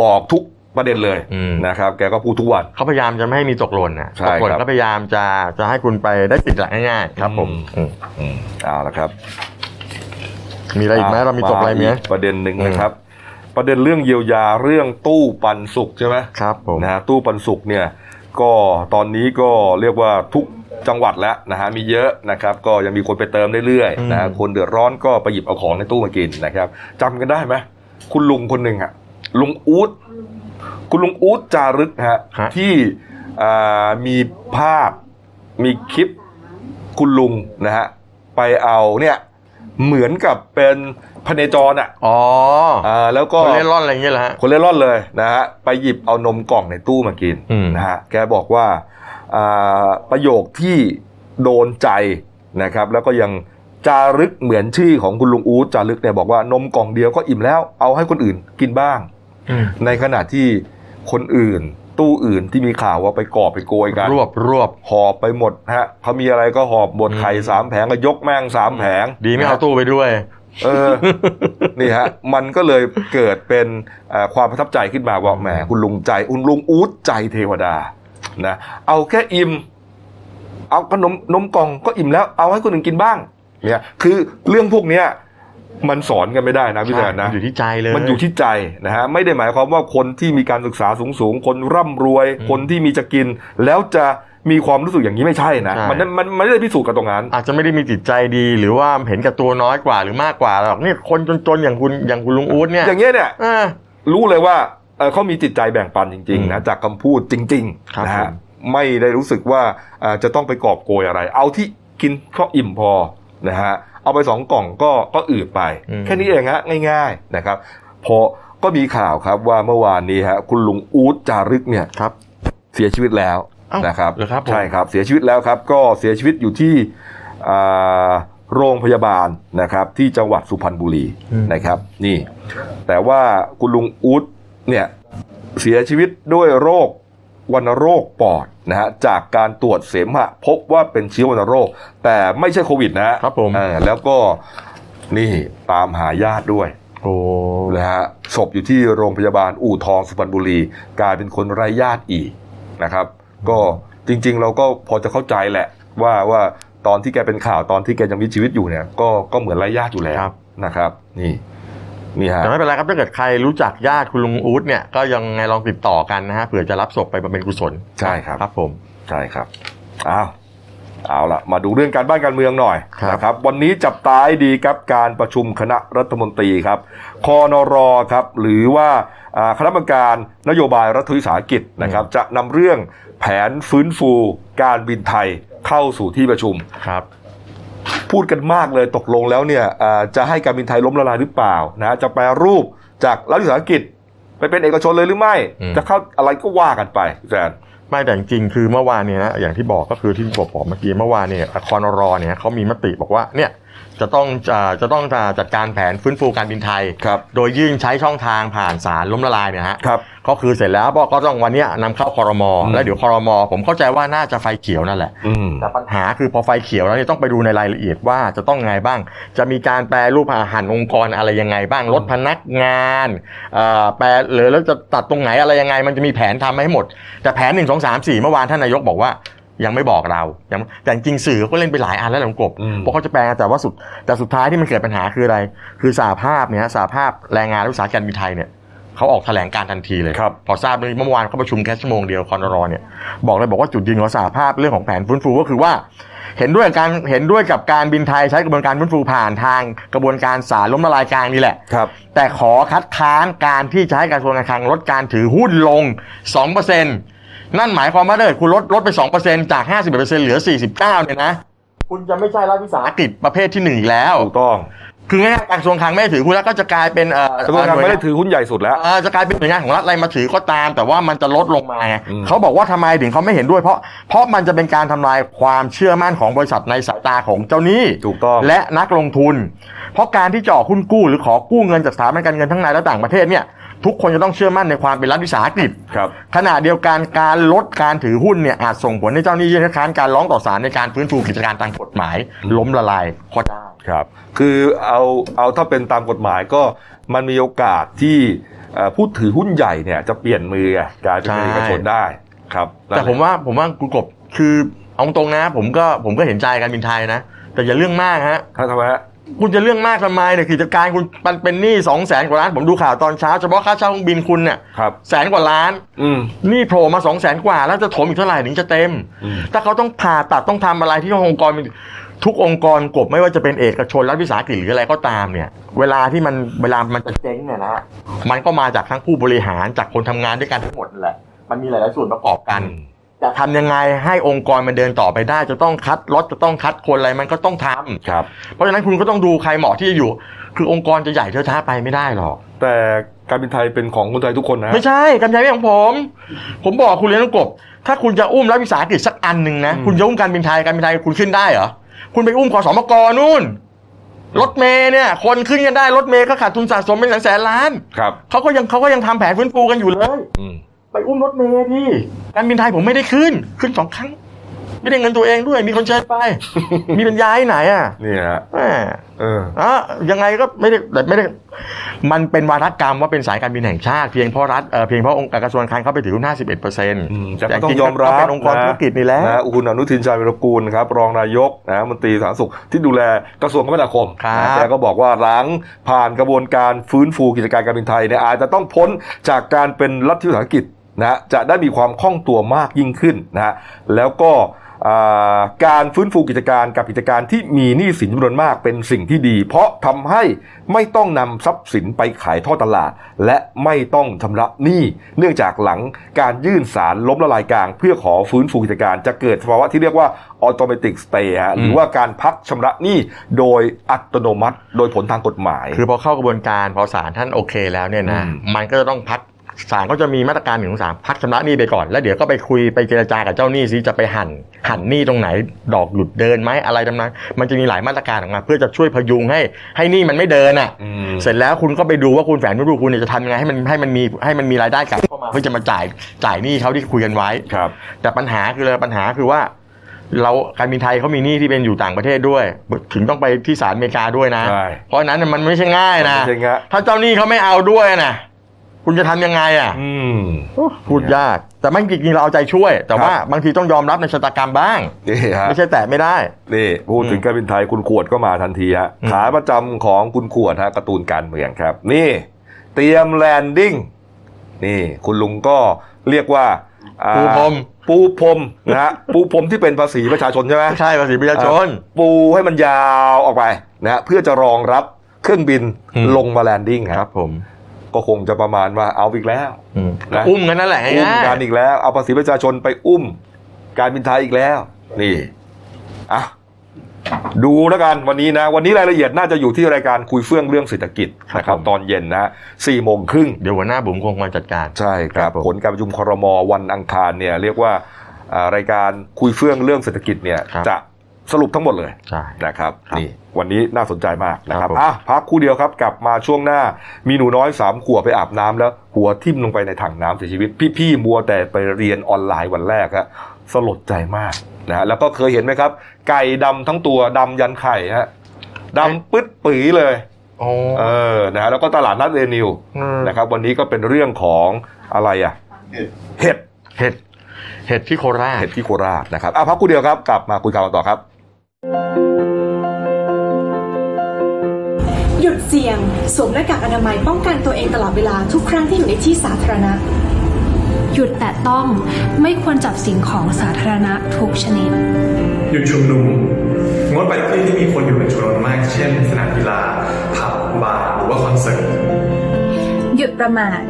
A: บอกทุกประเด็นเลย
B: อืม
A: นะครับ แกก็พูดทุกวัน
B: เขาพยายามจะไม่ให้มีตกหล่นนะ
A: ใช่
B: ตกหล่น
A: ครับ
B: ก็พยายามจะจะให้คุณไปได้สิทธิ์หลักง่ายๆครับผม
A: อืม
B: อืม
A: อืมเอาละครับ
B: มีอะไรอีกไหมเรามีตกอะไรไหม
A: ากประเด็นหนึ่งนะครับ ประเด็นเรื่องเยียวยาเรื่องตู้ปันสุกใช่ไหม
B: ครับผม
A: นะฮะตู้ปันสุกเนี่ยก็ตอนนี้ก็เรียกว่าทุกจังหวัดแล้วนะฮะมีเยอะนะครับ ก็ยังมีคนไปเติมเรื่อยๆนะฮะคนเดือดร้อนก็ไปหยิบเอาของในตู้มากินนะครับจำกันได้ไหมคุณลุงคนหนึ่งอะลุงอู๊ด คุณลุงอู๊ดจารึกฮะ
B: ะ
A: ที่อ่ามีภาพมีคลิปคุณลุงนะฮะไปเอาเนี่ยเหมือนกับเป็นพเนจรอ่ะ
B: อ๋อ
A: อ่าแล้วก็
B: คนเล่นร่อนอะไรอย่างเงี้ยเหรอฮะ
A: คนเล่ร่อนเลยนะฮะไปหยิบเอานมกล่องในตู้มากิน
B: อืม
A: นะฮะแกบอกว่าอ่าประโยคที่โดนใจนะครับ แล้วก็ยังจารึกเหมือนชื่อของคุณลุงอู๊ดจารึกเนี่ยบอกว่านมกล่องเดียวก็อิ่มแล้วเอาให้คนอื่นกินบ้าง
B: อืม
A: ในขณะที่คนอื่น ตู้อื่นที่มีข่าวว่าไปกอบไปโกยกัน
B: รวบรวบ
A: หอบไปหมดฮะพอมีอะไรก็หอบบดไข่
B: อืม
A: สามแผงก็ยกแม่งสามแผง
B: ดีไม่เอา
A: นะ
B: ตู้ไปด้วย
A: เออ นี่ฮะ มันก็เลยเกิดเป็นเอ่อความประทับใจขึ้นมาว่าแหมคุณลุงใจคุณลุงอู๊ดใจเทวดานะเอาแค่อิ่ม เอาขนมนมกล่องก็อิ่มแล้วเอาให้คนอื่นกินบ้าง เนี่ย คือเรื่องพวกเนี้ยมันสอนกันไม่ได้นะพี่แดนนะ
B: มันอยู่ที่ใจเลย
A: มันอยู่ที่ใจนะฮะไม่ได้หมายความว่าคนที่มีการศึกษาสูงสูงๆคนร่ำรวย
B: อืม
A: คนที่มีจะกิน แล้วจะมีความรู้สึกอย่างนี้ไม่ใช่นะ
B: ใช่
A: มันมันมันไม่ได้พิสูจน์กับตรงนั้น
B: อาจจะไม่ได้มีจิตใจดีหรือว่าเห็นกับตัวน้อยกว่าหรือมากกว่าหรอกเนี่ยคนจนๆอย่างคุณอย่างคุณลุงอู๊ดเนี่ย
A: อย่างเงี้ยเนี่ย
B: เออ
A: รู้เลยว่าเอ่อเขามีจิตใจแบ่งปันจริงๆนะจากคำพูดจริง
B: ครั
A: ๆ
B: บ
A: นะฮะ
B: ผม
A: ไม่ได้รู้สึกว่าเอ่อจะต้องไปกอบโกยอะไร เอาที่กินก็อิ่มพอนะฮะเอาไปสองกล่องก็ก็อืดไป
B: อืม
A: แค่นี้เองฮะง่าย ๆนะครับ พอก็มีข่าวครับว่าเมื่อวานนี้ฮะคุณลุงอู๊ดจารึกเนี่ย
B: ครับ
A: เสียชีวิตแล้ว
B: เอ้าน
A: นะครับ
B: เหรอครับผม
A: ใช่ครับเสียชีวิตแล้วครับก็เสียชีวิตอยู่ที่อ่าโรงพยาบาลนะครับที่จังหวัดสุพรรณบุรีนะครับนี่ แต่ว่าคุณลุงอู๊ดเนี่ยเสียชีวิตด้วยโรควัณโรคปอดนะฮะจากการตรวจเสมหะพบว่าเป็นเชื้อวัณโรค แต่ไม่ใช่โควิดนะฮะ
B: ครับผม
A: เออแล้วก็นี่ตามหาญาติด้วย
B: โอ้
A: นะฮะศพอยู่ที่โรงพยาบาลอู่ทองสุพรรณบุรี กลายเป็นคนไร้ญาติอีกนะครับ ก็จริงๆ เราก็พอจะเข้าใจแหละ ว่าว่าตอนที่แกเป็นข่าวตอนที่แกยังมีชีวิตอยู่เนี่ย ก็ก็เหมือนไร้ญาติอยู่แล้วนะครับ นี่นี่ฮะ
B: แต่ไม่เป็นไรครับถ้าเกิดใครรู้จักญาติคุณลุงอู๊ดเนี่ยก็ยังไงลองติดต่อกันนะฮะเผื่อจะรับศพไปบำเพ็ญกุศล
A: ใช่ครับ
B: ครับผม
A: ใช่ครับอ้าวเอาละมาดูเรื่องการบ้านการเมืองหน่อย
B: ครับ
A: นะครับ วันนี้จับตาให้ดีครับการประชุมคณะรัฐมนตรีครับคอนรครับ หรือว่าอ่าคณะกรรมการนโยบายรัฐวิสาหกิจนะครับ จะนำเรื่องแผนฟื้นฟูการบินไทยเข้าสู่ที่ประชุม
B: ครับ
A: พูดกันมากเลยตกลงแล้วเนี่ยอ่าจะให้การบินไทยล้มละลายหรือเปล่านะจะแปรรูปจากรัฐวิสาหกิจไปเป็นเอกชนเลยหรือไม่
B: อืม
A: จะเข้าอะไรก็ว่ากันไปอาจารย์
B: ไม่แต่จริงๆคือเมื่อวานเนี่ยนะอย่างที่บอกก็คือที่ผมบอกเมื่อกี้เมื่อวานเนี่ยคอนรอเนี่ยเขามีมติบอกว่าเนี่ยจะต้องจะจะต้องจัดการแผนฟื้นฟูการบินไทย
A: ครับ
B: โดยยื่นใช้ช่องทางผ่านสารล้มละลายเนี่ยฮะ
A: ครับ
B: ก็คือเสร็จแล้วบอกก็ต้องวันเนี้ยนำเข้าคอรมอ
A: อืม
B: แล้วเดี๋ยวคอรมอผมเข้าใจว่าน่าจะไฟเขียวนั่นแหละ
A: อืม
B: แต่ปัญหาคือพอไฟเขียวแล้วเนี่ยต้องไปดูในรายละเอียดว่าจะต้องไงบ้าง จะมีการแปรรูปอาหารองค์กรอะไรยังไงบ้างลดพนักงานเอ่อแปรหรือแล้วจะตัดตรงไหนอะไรยังไง มันจะมีแผนทำให้หมด แต่แผนหนึ่งสองสามสี่เมื่อวานท่านนายกบอกว่า ยังไม่บอกเรายังแต่จริงๆสื่อก็เล่นไปหลายอันแล้วหลังกบ
A: อืม
B: เพราะเขาจะแปลแต่ว่าสุดแต่สุดท้ายที่มันเกิดปัญหาคืออะไร คือสาภาพเนี่ยสาภาพแรงงานและอุตสาหการบินไทยเนี่ยเขาออกแถลงการณ์ทันทีเลย
A: ครับ
B: พอทราบเรื่องนี้เมื่อวานเขาประชุมแค่ชั่วโมงเดียวคอนรอเนี่ยบอกเลยบอกว่าจุดยืนของสหภาพเรื่องของแผนฟื้นฟูก็คือว่า เห็นด้วยกับการเห็นด้วยกับการบินไทยใช้กระบวนการฟื้นฟูผ่านทางกระบวนการสารล้มละลายกลางนี่แหละ
A: ครับ
B: แต่ขอคัดค้านการที่จะให้กระทรวงการคลังลดการถือหุ้นลง 2%นั่นหมายความว่าถ้าเกิดคุณลดลดไป 2%จาก 51%เหลือ 49เนี่ยนะ คุณจะไม่ใช่รัฐวิสาหกิจประเภทที่หนึ่งอีกแล้ว
A: ถูกต้อง
B: คือง่ายๆกระทรวงคลังไม่ได้ถือหุ้นแล้วก็จะกลายเป็นเอ่อ
A: กระทรวงการไม่ได้ถือหุ้นใหญ่สุดแล้ว
B: เอ่อจะกลายเป็นหน่วยงานของรัฐอะไรมาถือก็ตาม แต่ว่ามันจะลดลงมาไง
A: อืม
B: เขาบอกว่าทำไมถึงเขาไม่เห็นด้วยเพราะเพราะมันจะเป็นการทำลายความเชื่อมั่นของบริษัทในสายตาของเจ้าหนี้
A: ถูกต้อง
B: และนักลงทุน เพราะการที่จะออกหุ้นกู้หรือขอกู้เงินจากสถาบันการเงินทั้งในและต่างประเทศเนี่ยทุกคนจะต้องเชื่อมั่นในความเป็นรัฐวิสาหกิจ
A: ครับ
B: ขณะเดียวกันการลดการถือหุ้นเนี่ยอาจส่งผลให้เจ้าหนี้ยื่นคัดค้านการร้องต่อศาลในการฟื้นฟูกิจการทางกฎหมาย ล้มละลายก็ได้
A: ครับ คือเอาเอาถ้าเป็นตามกฎหมายก็มันมีโอกาสที่เอ่อผู้ถือหุ้นใหญ่เนี่ยจะเปลี่ยนมือไงกลายเป็น
B: ใช่
A: เอกชนได้ครับนั่น
B: แต่
A: หละ
B: ผมว่าผมว่าคุณกบคือเอาตรงนะ ผมก็ผมก็เห็นใจการบินไทยนะ แต่อย่าเรื่องมากฮะ
A: ท่านทำไมฮะ
B: คุณจะเรื่องมากทำไมเนี่ยกิจการคุณมันเป็นหนี้สองแสนกว่าล้าน ผมดูข่าวตอนเช้าเฉพาะค่าเช่าเครื่องบินคุณเนี่ย
A: ครับ
B: แสนกว่าล้าน
A: อืม
B: หนี้โผล่มาสองแสนกว่า แล้วจะถมอีกเท่าไหร่ถึงจะเต็ม
A: อืม
B: ถ้าเขาต้องผ่าตัดต้องทำอะไรที่องค์กรมันทุกองค์กรกบไม่ว่าจะเป็นเอกชนรัฐวิสาหกิจหรืออะไรก็ตามเนี่ย เวลาที่มันเวลามันจะเจ๊งเนี่ยนะมันก็มาจากทั้งผู้บริหารจากคนทำงานด้วยกันทั้งหมดนั่นแหละมันมีหลายๆส่วนประกอบกัน จะทำยังไงให้องค์กรมันเดินต่อไปได้ จะต้องคัดรถจะต้องคัดคนอะไรมันก็ต้องทำ
A: ครับ
B: เพราะฉะนั้นคุณก็ต้องดูใครเหมาะที่จะอยู่ คือองค์กรจะใหญ่เท่าช้าไปไม่ได้หรอก
A: แต่การบินไทยเป็นของคนไทยทุกคนนะ
B: ไม่ใช่กำไรไม่ของผม ผมบอกคุณเลี้ยงกบ ถ้าคุณจะอุ้มรัฐวิสาหกิจสักอันหนึ่งนะ
A: อืม
B: คุณจะอุ้มการบินไทยการบินไทยคุณขึ้นได้เหรอ คุณไปอุ้มขอสมกนู่น รถเมย์เนี่ย คนขึ้นกันได้รถเมย์ก็ขาดทุนสะสมเป็นแสนแสนๆล้าน
A: ครับ
B: เขาก็ยังเขาก็ยังทำแผนฟื้นฟูกันอยู่เลย
A: อืม
B: ไปอุ้มรถเมย์พี่การบินไทยผมไม่ได้ขึ้น ขึ้นสองครั้ง ไม่ได้เงินตัวเองด้วย มีคนเชิญไป มีเป็นย้ายไหนอ่ะ
A: นี่ฮะ
B: แม่
A: เออ
B: อ่ะยังไงก็ไม่ได้แต่ไม่ได้ มันเป็นวาทกรรมว่าเป็นสายการบินแห่งชาติ เพียงเพราะรัฐเอ่อเพียงเพราะองค์กระทรวงการคลังเข้าไปถือหุ้น51เปอร์เซ็นต์
A: อืมแต่ก็ต้องยอมรับ
B: เป็นองค์กรธุรกิจนี่แหละ
A: นะคุณอนุทินชาญวิรกูลครับรองนายกนะมนตรีสาธารณสุขที่ดูแลกระทรวงคมนาคม
B: ครับ
A: นะแต่ก็บอกว่าหลังผ่านกระบวนการฟื้นฟูกิจการการบินไทยเนี่ยอาจจะต้องพ้นจากการเป็นรัฐวิสาหกิจนะจะได้มีความคล่องตัวมากยิ่งขึ้นนะแล้วก็อ่าการฟื้นฟูกิจการกับกิจการที่มีหนี้สินจำนวนมากเป็นสิ่งที่ดี เพราะทำให้ไม่ต้องนำทรัพย์สินไปขายทอดตลาด และไม่ต้องชำระหนี้เนื่องจากหลังการยื่นสารล้มละลายกลาง เพื่อขอฟื้นฟูกิจการจะเกิดภาวะที่เรียกว่า automatic stay ฮะหรือว่าการพักชำระหนี้โดยอัตโนมัติ โดยผลทางกฎหมาย
B: คือพอเข้ากระบวนการพอศาลท่านโอเคแล้วเนี่ยนะ
A: อืม
B: มันก็จะต้องพักศาลก็จะมีมาตรการหนึ่งของศาลพักชำระหนี้ไปก่อน แล้วเดี๋ยวก็ไปคุยไปเจรจากับเจ้าหนี้ซิจะไปหันหันหนี้ตรงไหน ดอกหลุดเดินไหมอะไรตำนั้นมันจะมีหลายมาตรการออกมา เพื่อจะช่วยพยุงให้ให้หนี้มันไม่เดินอ่ะ
A: ม
B: เสร็จแล้วคุณก็ไปดูว่าคุณแฝงไม่รู้คุณเนี่ยจะทำยังไงให้มันให้มันมีให้มันมีรายได้กลับเข้ามาเพื่อจะมาจ่ายจ่ายหนี้เขาที่คุยกันไว้
A: ครับ
B: แต่ปัญหาคืออะไรปัญหาคือว่า เราการบินไทยเขามีหนี้ที่เป็นอยู่ต่างประเทศด้วย ถึงต้องไปที่ศาลอเมริกาด้วยนะ
A: ใช่
B: เพราะฉะนั้นมันไม่ใช่ง่ายนะ
A: ไม่ใช่งะ
B: ถ้าเจ้าหนี้เขาไม่เอาด้วยนะคุณจะทำยังไงอ่ะ
A: อืม
B: พูดยาก แต่มันจริงๆเราเอาใจช่วย แต่ว่า
A: ครับ
B: บางทีต้องยอมรับในชะตากรรมบ้าง
A: นี่ฮะ
B: ไม่ใช่แตะไม่ได้
A: นี่พูดถึงการบินไทยคุณขวดก็มาทันทีฮะ
B: อืม
A: ขาประจำของคุณขวดฮะการ์ตูนการเมืองครับ นี่ เตรียมแลนดิ้งนี่คุณลุงก็เรียกว่าอ่า
B: ปูพรม
A: ปูพรมนะฮะ ปูพรมที่เป็นภาษีประชาชนใช่ไหม
B: ใช่ภาษีประชาชน
A: ปูให้มันยาวออกไปนะฮะเพื่อจะรองรับเครื่องบิน
B: อืม
A: ลงมาแลนดิ้ง
B: ค
A: ค
B: รั
A: รั
B: บบ ผม
A: ก็คงจะประมาณว่าเอาอีกแล้ว
B: อืม
A: นะ
B: อุ้มกันนั่นแหละ
A: อุ้ม
B: ง่าย
A: การอีกแล้ว เอาภาษีประชาชนไปอุ้ม การบินไทยอีกแล้ว นี่อ่ะ ดูแล้วกันวันนี้นะ วันนี้รายละเอียดน่าจะอยู่ที่รายการคุยเฟื่องเรื่องเศรษฐกิจนะครับ
E: ครับผม
A: ตอนเย็นนะสี่โมงครึ่ง
E: เดี๋ยวหัวหน้าบุ๋มคงมาจัดการ
A: ใช่ค
E: ครั
A: รับบ
E: ผม
A: ผลการประชุมครมวันอังคารเนี่ยเรียกว่าอ่ารายการคุยเฟื่องเรื่องเศรษฐกิจเนี่ยจะสรุปทั้งหมดเลย
E: ใช่
A: นะครับ
E: ครับ
A: นี่วันนี้น่าสนใจมากนะครับ
E: ครับผม
A: อ่ะพักครู่เดียวครับกลับมาช่วงหน้ามีหนูน้อยสามขวบไปอาบน้ำแล้ว หัวทิ่มลงไปในถังน้ำเสียชีวิต พี่ๆมัวแต่ไปเรียนออนไลน์วันแรกฮะสลดใจมากนะฮะแล้วก็เคยเห็นไหมครับ ไก่ดำทั้งตัวดำยันไข่ฮะดำปึ๊ดปีเลย
E: โอ้
A: เออนะฮะแล้วก็ตลาดนัดเรนิว
E: นะ
A: นะ
E: ค
A: ครับ รับวันนี้ก็เป็นเรื่องของอะไรอ่ะ เห็ด
E: เห็ดเห็ดที่โคราช
A: เห็ดที่โคราชนะครับอ่ะพักกูเดียวครับ กลับมาคุยข่าวกันต่อครับ
F: หยุดเสี่ยง สวมหน้ากากอนามัยป้องกันตัวเองตลอดเวลาทุกครั้งที่อยู่ในที่สาธารณะ
G: หยุดแตะต้องไม่ควรจับสิ่งของสาธารณะทุกชนิด
H: หยุดชุมนุม งดไปที่ที่มีคนอยู่เป็นจำนวนมาก เช่น สนามกีฬา ผับ บาร์หรือว่าคอนเสิร์ต
I: หยุดประมาท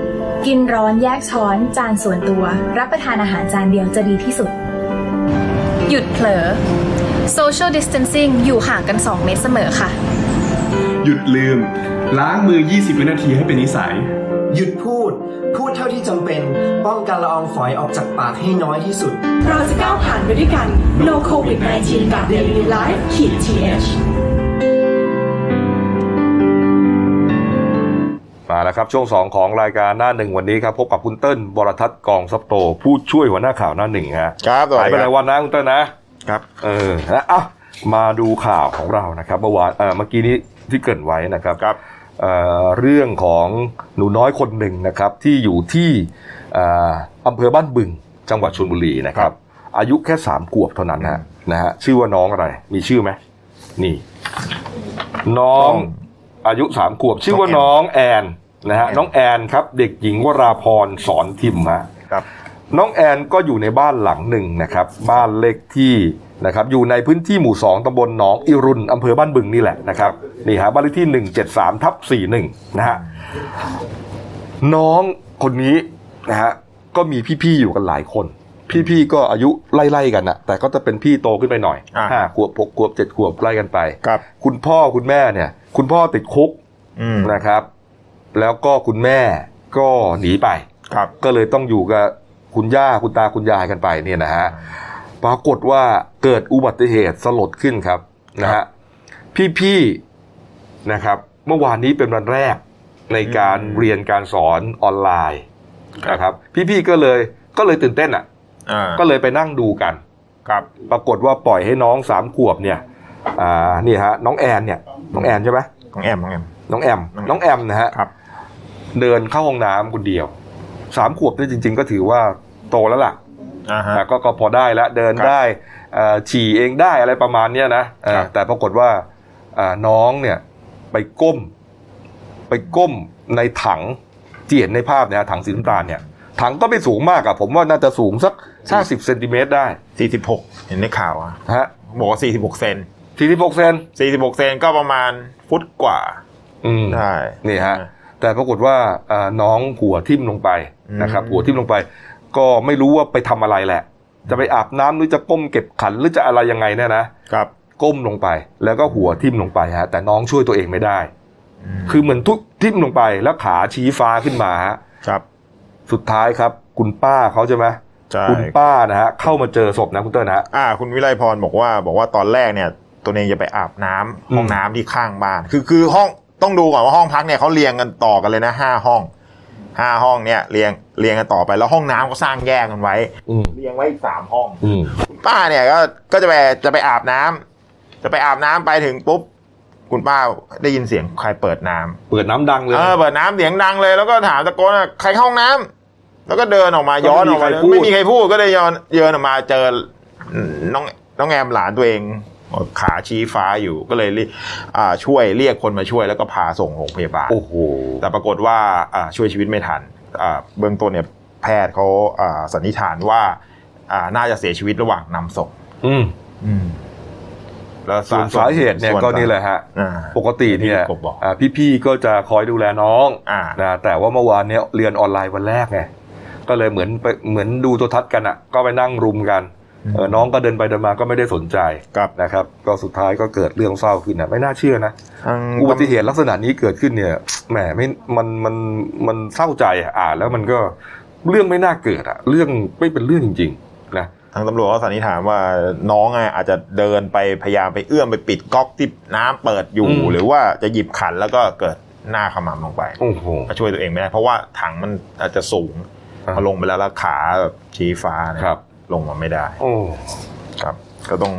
I: กินร้อนแยกช้อน จานส่วนตัว รับประทานอาหารจานเดียวจะดีที่สุด หยุดเผลอ social distancing อยู่ห่างกัน 2 เมตรเสมอค่ะ
H: หยุดลืม ล้างมือ 20 วินาทีให้เป็นนิสัย
J: หยุดพูด พูดเท่าที่จำเป็น ป้องกันละอองฝอยออกจากปากให้น้อยที่สุด
F: เราจะก้าวผ่านไปด้วยกัน No COVID 19กับ Daily Life ขีด th
A: มาแล้วครับ ช่วง 2 ของรายการหน้าหนึ่งวันนี้ครับ พบกับคุณเติ้ลบรทัศน์กองซับโต ผู้ช่วยหัวหน้าข่าวหน้าหนึ่งฮะ
E: ครับสวัส
A: หาย
E: ดี
A: ไปหลายวันนะคุณเติ้ลนะครับ เออนะอ่ะมาดูข่าวของเรานะครับเมื่อวานเออเมื่อกี้นี้ที่เกรินไว้นะครับ
E: ครับ
A: เอ่อเรื่องของหนูน้อยคนหนึ่งนะครับ ที่อยู่ที่เอ่ออำเภอบ้านบึงจังหวัดชลบุรีนะครับ อายุแค่สามขวบเท่านั้นนะฮะนะฮะชื่อว่าน้องอะไร มีชื่อไหมนี่ น้องอายุสามขวบ ชื่อว่าน้องแอนนะฮะน้องแอนครับ เด็กหญิงวราพรสอนทิมฮะ
E: ครับ
A: น้องแอนก็อยู่ในบ้านหลังหนึ่งนะครับ บ้านเลขที่นะครับ อยู่ในพื้นที่หมู่สองตำบลหนองอิรุณอำเภอบ้านบึงนี่แหละนะครับนี่ฮะบ้านเลขที่หนึ่งเจ็ดสามทับสี่หนึ่งนะฮะ น้องคนนี้นะฮะก็มีพี่ๆอยู่กันหลายคน พี่ๆก็อายุไล่ๆกันนะแต่ก็จะเป็นพี่โตขึ้นไปหน่อย
E: อ่า
A: ห้าขวบหกขวบเจ็ดขวบไล่กันไป
E: ครับ
A: คุณพ่อคุณแม่เนี่ย คุณพ่อติดคุก
E: อืม
A: นะครับ แล้วก็คุณแม่ก็หนีไป
E: ครับ
A: ก็เลยต้องอยู่กับคุณย่าคุณตาคุณยายกันไปเนี่ยนะฮะปรากฏว่าเกิดอุบัติเหตุสลดขึ้นครับนะฮะพี่ๆนะครับ เมื่อวานนี้เป็นวันแรกในการ
E: อืม
A: เรียนการสอนออนไลน์นะครับ พี่ๆก็เลยก็เลยตื่นเต้นอ่ะ
E: อ่า
A: ก็เลยไปนั่งดูกัน
E: ครับ
A: ปรากฏว่าปล่อยให้น้องสามขวบเนี่ยอ่านี่ฮะน้องแอนเนี่ยน้องแอนใช่ไหม
E: ของแอมของแอม
A: น้องแอม
E: น้
A: น้อ
E: อ
A: ง ง
E: แอ
A: แอ
E: ม
A: มนะฮะ
E: ครับ
A: เดินเข้าห้องน้ำคนเดียวสามขวบนี่จริง ๆ ก็ถือว่าโตแล้วล่ะ
E: อ่าฮะ
A: แต่ก็ก็พอได้แล้วเดินได้เอ่อฉี่เองได้อะไรประมาณเนี้ยนะเอ่อ
E: ครับ
A: แต่ปรากฏว่าเอ่อน้องเนี่ยไปก้ม ไปก้มในถังเจียนในภาพเนี่ยถังสีน้ำตาลเนี่ยถังก็ไม่สูงมากอะผมว่าน่าจะสูงสัก50เซนติเมตรได้
E: สี่สิบหกเห็นในข่าวอ่ะ
A: นะฮะ
E: บอกว่าสี่สิบหกเซน
A: 46เซน
E: สี่สิบหกเซนก็ประมาณฟุตกว่า
A: อืม
E: ได้
A: นี่ฮะ
E: อ่า
A: แต่ปรากฏว่าเอ่อน้องหัวทิ่มลงไป
E: อืม
A: นะครับหัวทิ่มลงไป ก็ไม่รู้ว่าไปทำอะไรแหละ จะไปอาบน้ำหรือจะก้มเก็บขันหรือจะอะไรยังไงเนี่ยนะครับก้มลงไป แล้วก็หัวทิ่มลงไปฮะแต่น้องช่วยตัวเองไม่ได้
E: คื
A: คือ อเหมือนทุกทิ่มลงไปแล้วขาชี้ฟ้าขึ้นมาฮะ
E: ครับ
A: สุดท้ายครับ คุณป้าเขาใช่ไหม
E: ใช่
A: คุณป้านะฮะเข้ามาเจอศพนะคุณเต้ยนะฮะ
E: อ่า คุณวิไลพรบอกว่า บอกว่าตอนแรกเนี่ย ตัวเองจะไปอาบน้ำ
A: อืม
E: ห้องน้ำที่ข้างบ้าน คือคือห้องต้องดูก่อนว่าห้องพักเนี่ยเขาเรียงกันต่อกันเลยนะห้าห้องห้าห้องเนี่ยเรียงเรียงกันต่อไปแล้วห้องน้ำก็สร้างแยกกันไว้
A: อืม
E: เรียงไว้อีกสามห้อง
A: อืม
E: คุณป้าเนี่ยก็ก็จะไปจะไปอาบน้ำจะไปอาบน้ำไปถึงปุ๊บ คุณป้าได้ยินเสียงใครเปิดน้ำ
A: เปิดน้ำดังเลย
E: เออเปิดน้ำเสียงดังเลย แล้วก็ถามตะโกนว่าใครเข้าห้องน้ำแล้วก็เดินออกมาย้อนออกมาเลย
A: ก็ไม่
E: ไม่
A: มี
E: มีใค
A: ใค
E: ร
A: รพู
E: พูด
A: ด
E: ก็เลยย้อนเยินออกมาเจอน้องน้องแอมหลานตัวเองขาชี้ฟ้าอยู่ก็เลยรีอ่าช่วยเรียกคนมาช่วยแล้วก็พาส่งโรงพยาบาล
A: โอ้โห
E: แต่ปรากฏว่าอ่าช่วยชีวิตไม่ทันอ่าเบื้องต้นเนี่ยแพทย์เขาอ่าสันนิษฐานว่าอ่าน่าจะเสียชีวิตระหว่างนำส่ง
A: อืม
E: แล้ว
A: ส่วนสาเหตุเนี่ย
E: ส่ว
A: ก็นี่แหละฮะ
E: อ่า
A: ปกติเนี่ย
E: ที่ผมบอก
A: อ่าพี่ๆก็จะคอยดูแลน้อง
E: อ่า
A: นะแต่ว่าเมื่อวานเนี่ยเรียนออนไลน์วันแรกไงก็เลยเหมือนไปเหมือนดูโทรทัศน์กันอ่ะ ก็ไปนั่งรุมกัน เออน้องก็เดินไปเดินมาก็ไม่ได้สนใจ
B: ครับ
A: นะครับ ก็สุดท้ายก็เกิดเรื่องเศร้าขึ้นนะไม่น่าเชื่อนะ
B: ทาง
A: อุบัติเหตุลักษณะนี้เกิดขึ้นเนี่ยแหมไม่มันมันมันเศร้าใจอะอ่านแล้วมันก็เรื่องไม่น่าเกิดอะเรื่องไม่เป็นเรื่องจริงๆนะ
E: ทางตำรวจก็สันนิษฐานว่าน้องอะอาจจะเดินไปพยายามไปเอื้อมไปปิดก๊อกที่น้ำเปิดอยู่
A: อืม
E: หรือว่าจะหยิบขันแล้วก็เกิดหน้าขมำลงไป
A: โอ้โห
E: ก็ช่วยตัวเองไม่ได้ เพราะว่าถังมันอาจจะสูง
A: ครับ
E: พอลงไปแล้วแล้วขาแบบชี้ฟ้าเนี่ย
A: ครับ
E: ลงมาไม่ได้
A: โอ้
E: ครับ ก็ต้อง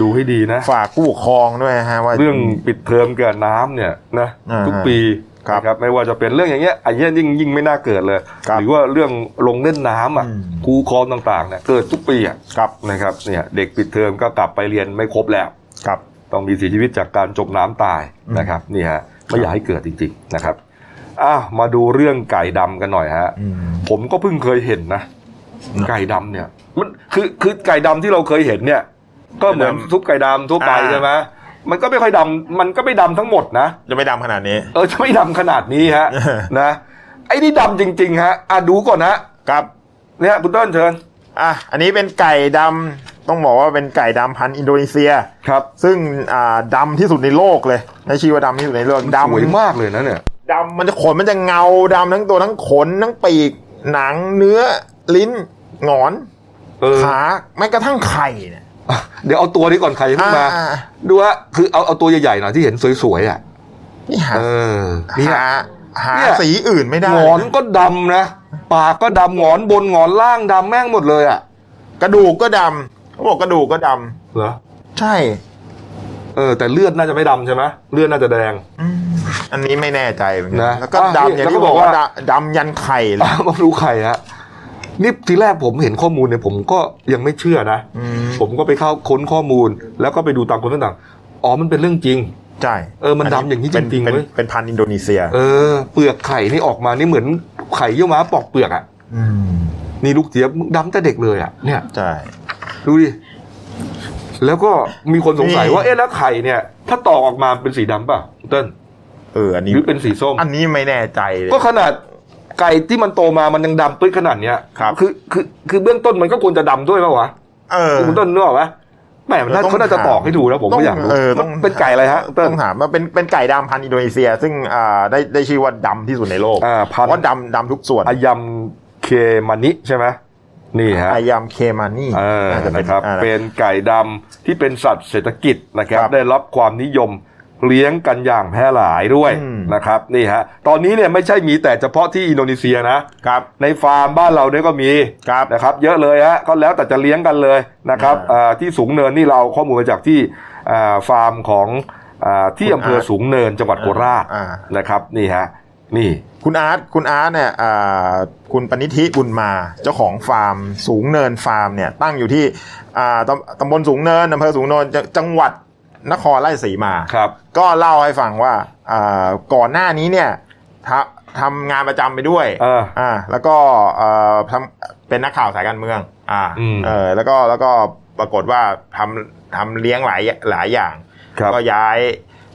A: ดูให้ดีนะ
E: ฝากผู้ปกครองด้วยนะฮะว่า
A: เรื่องปิดเทอมเกิดน้ำเนี่ยนะ
E: อ่าฮะ
A: ทุกปี
E: ครับ
A: นะไม่ว่าจะเป็นเรื่องอย่างเงี้ยอันเนี้ยยิ่งยิ่งไม่น่าเกิดเลย
E: ครับ
A: หรือว่าเรื่องลงเล่นน้ำอ่ะ
E: อืม
A: คูคลองต่างๆเนี่ยเกิดทุกปีอ่ะ
E: ครับ
A: นะครับเนี่ยเด็กปิดเทอมก็กลับไปเรียนไม่ครบแล้ว
E: ครับ
A: ต้องมีเสียชีวิตจากการจมน้ำตาย
E: อืม
A: นะครับนี่ฮะไม่อยากให้เกิดจริงๆนะครับอ้าวมาดูเรื่องไก่ดำกันหน่อยฮะ
E: อืม
A: ผมก็เพิ่งเคยเห็นนะ
E: เนอะ
A: ไก่ดำเนี่ยมันคือคือไก่ดำที่เราเคยเห็นเนี่ย ก็เหมือน
E: ไก่ดำ
A: ทุบไก่ดำทั่วไป
E: อ่า
A: ใช่ไหมมันก็ไม่ค่อยดำมันก็ไม่ดำทั้งหมดนะ
E: จะไม่ดำขนาดนี้
A: เออจะไม่ดำขนาดนี้ฮะ
E: เออ
A: นะ ไอ้นี่ดำจริง ๆ ฮะอ่ะดูก่อนนะครับ เนี่ยคุณเต้นเชิญ
E: อ่ะ อันนี้เป็นไก่ดำต้องบอกว่าเป็นไก่ดำพันธุ์อินโดนีเซีย
A: ครับ
E: ซึ่งอ่าดำที่สุดในโลกเลยใช้ชื่อว่าดำที่สุดในโลก
A: สวย
E: ดำ
A: มากเลยนะเนี่ย
E: ดำมันจะขนมันจะเงาดำทั้งตัวทั้งขนทั้งปีก หนังเนื้อลิ้นหงอน
A: เออ
E: ขาแม้กระทั่งไข่เนี่ย
A: อ่ะเดี๋ยวเอาตัวนี้ก่อนใครขึ้นมา
E: อ่า
A: ดูฮะคือเอาเอาตัวใหญ่ๆหน่อยที่เห็นสวยๆอ่ะ
E: นี่หา
A: เออเนี่ย
E: หาหา
A: เนี่ย
E: สีอื่นไม่ได้
A: หงอนก็ดำนะปากก็ดำหงอนบนหงอนล่างดำแม่งหมดเลยอ่ะ
E: กระดูกก็ดำเขาบอกกระดูกก็ด
A: เหรอ
E: ำใช่
A: เออแต่เลือดน่าจะไม่ดำใช่ไหมเลือดน่าจะแดง
E: อืมอันนี้ไม่แน่ใจเหมือนกั
A: นะ
E: แล้วก็
A: อ่ะ
E: ดำอย่าง
A: แล้วก็บ
E: ที่
A: บอ
E: อก ก
A: ว่า
E: ว่าดำยันไข่เลย
A: อ้าวมารู้ใครฮะ นี่ทีแรกผมเห็นข้อมูลเนี่ยผมก็ยังไม่เชื่อนะ
E: อืม
A: ผมก็ไปเข้าค้นข้อมูล แล้วก็ไปดูตามคนต่างๆอ๋อมันเป็นเรื่องจริง
E: ใช่
A: เออมันดำอย่างนี้
E: เป็น
A: จริงๆ
E: เป็น
A: เว้ย
E: เป็นพันธุ์อินโดนีเซีย
A: เออ เปลือกไข่นี่ออกมานี่เหมือนไข่เยี่ยวม้าปอกเปลือกอะ่ะ
E: ม
A: นี่ลูกเจี๊ยบดำแต่เด็กเลยอะ่ะเนี่ย
E: ใช่
A: ดูดิแล้วก็มีคนสงสัย
E: นี่
A: ว่าเอ๊ะแล้วไข่เนี่ย ถ้าตอกออกมาเป็นสีดำป่ะเต้น
E: เอออัน
A: ห
E: นี้
A: รือเป็นสีส้ม
E: อันนี้ไม่แน่ใจเลย
A: ก็ขนาดไก่ที่มันโตมามันยังดำปื้ดขนาดเนี้ย
E: ครับ
A: คือคือคือเบื้องต้นมันก็ควรจะดำด้วยป่าวะ
E: เออ
A: คุณต้นนึกออกปะแหมมันน่า
E: เออต้อง
A: เขาน่าจะตอกให้ดูแล้วผม
E: ต้อ
A: ก็
E: ง
A: อยากรู้
E: เออต้อง
A: มันเป็นไก่อะไรฮะเต้น
E: ต้องถามว่าเป็นเป็นไก่ดำพันธุ์อินโดนีเซีย ซึ่งอ่าได้ได้ชื่อว่าดำที่สุดในโลก
A: อ่าพันธุ์
E: เพราะดำดำทุกส่วน
A: อายำเคมานิใช่ไหมนี่ฮะ
E: อายามเคมานี่
A: เออ
E: น่าจะเป็
A: นะ
E: น
A: ครับ
E: อ่า
A: เป็นไก่ดำที่เป็นสัตว์เศรษฐกิจนะครับ
E: ครับ
A: ได้รับความนิยมเลี้ยงกันอย่างแพร่หลายด้วย
E: อืม
A: นะครับนี่ฮะตอนนี้เนี่ยไม่ใช่มีแต่เฉพาะที่อินโดนีเซียนะ
E: ครับ
A: ในฟาร์มบ้านเราเนี่ยก็มี
E: ครับ
A: นะครับเยอะเลยฮะก็แล้วแต่จะเลี้ยงกันเลยนะครับ
E: อ่า
A: อ่าที่สูงเนินนี่เราเอาข้อมูลมาจากที่อ่าฟาร์มของอาที่
E: คุณอาร์ต
A: อำเภอสูงเนินจังหวัดโคราช
E: อ่า
A: นะครับนี่ฮะนี่
E: คุณอาร์ตคุณอาร์ตเนี่ยอ่าคุณปณิธิบุญมาเจ้าของฟาร์ม สูงเนินฟาร์มเนี่ยตั้งอยู่ที่อ่าตำตำบลสูงเนินอำเภอสูงเนินจังจังหวัดนครราชสีมา
A: ครับ
E: ก็เล่าให้ฟังว่าอ่าก่อนหน้านี้เนี่ยทำทำงานประจำไปด้วย
A: เออ
E: อ่าแล้วก็เอ่อทำเป็นนักข่าวสายการเมืองอ่า
A: อืม
E: เออแล้วก็แล้วก็ปรากฏว่าทำทำเลี้ยงหลายหลายอย่าง
A: ครับ
E: ก็ย้าย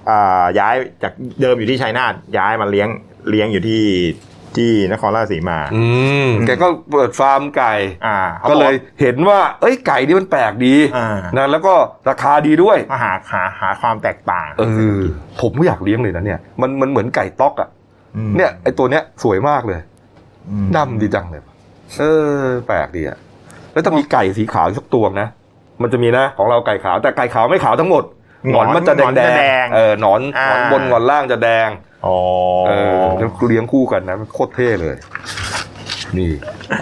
E: อ่าย้ายจากเดิมอยู่ที่ชัยนาทย้ายมาเลี้ยงเลี้ยงอยู่ที่ที่นครราชสีมา
A: อืม
E: อืม
A: แกก็เปิดฟาร์มไก่
E: อ่าขา
A: ก็เลย
E: บอ
A: เห็นว่า เอ้ยไก่นี่มันแปลกดี
E: อ่าน
A: นะแล้วก็ราคาดีด้วย
E: มาหาหาหาความแตกต่าง
A: เออผมก็อยากเลี้ยงเลยนะเนี่ยมันมันเหมือนไก่ต๊อกอะ
E: ม
A: เนี่ยไอตัวเนี้ยสวยมากเลย
E: อืม
A: ดำดีจังเลยว่ะเออ แปลกดีอะแล้วต้องมีไก่สีขาวอีกสักตัวนะ มันจะมีนะของเราไก่ขาว แต่ไก่ขาวไม่ขาวทั้งหมดห
E: ห
A: น
E: น
A: อ
E: อน น
A: มันจะแดง
E: หนอนจะแดง
A: เออหนอน
E: อ่า
A: หนอนบนหนอนล่างจะแดง
E: อ๋อ
A: เออแล้วเลี้ยงคู่กันนะโคตรเท่เลย นี่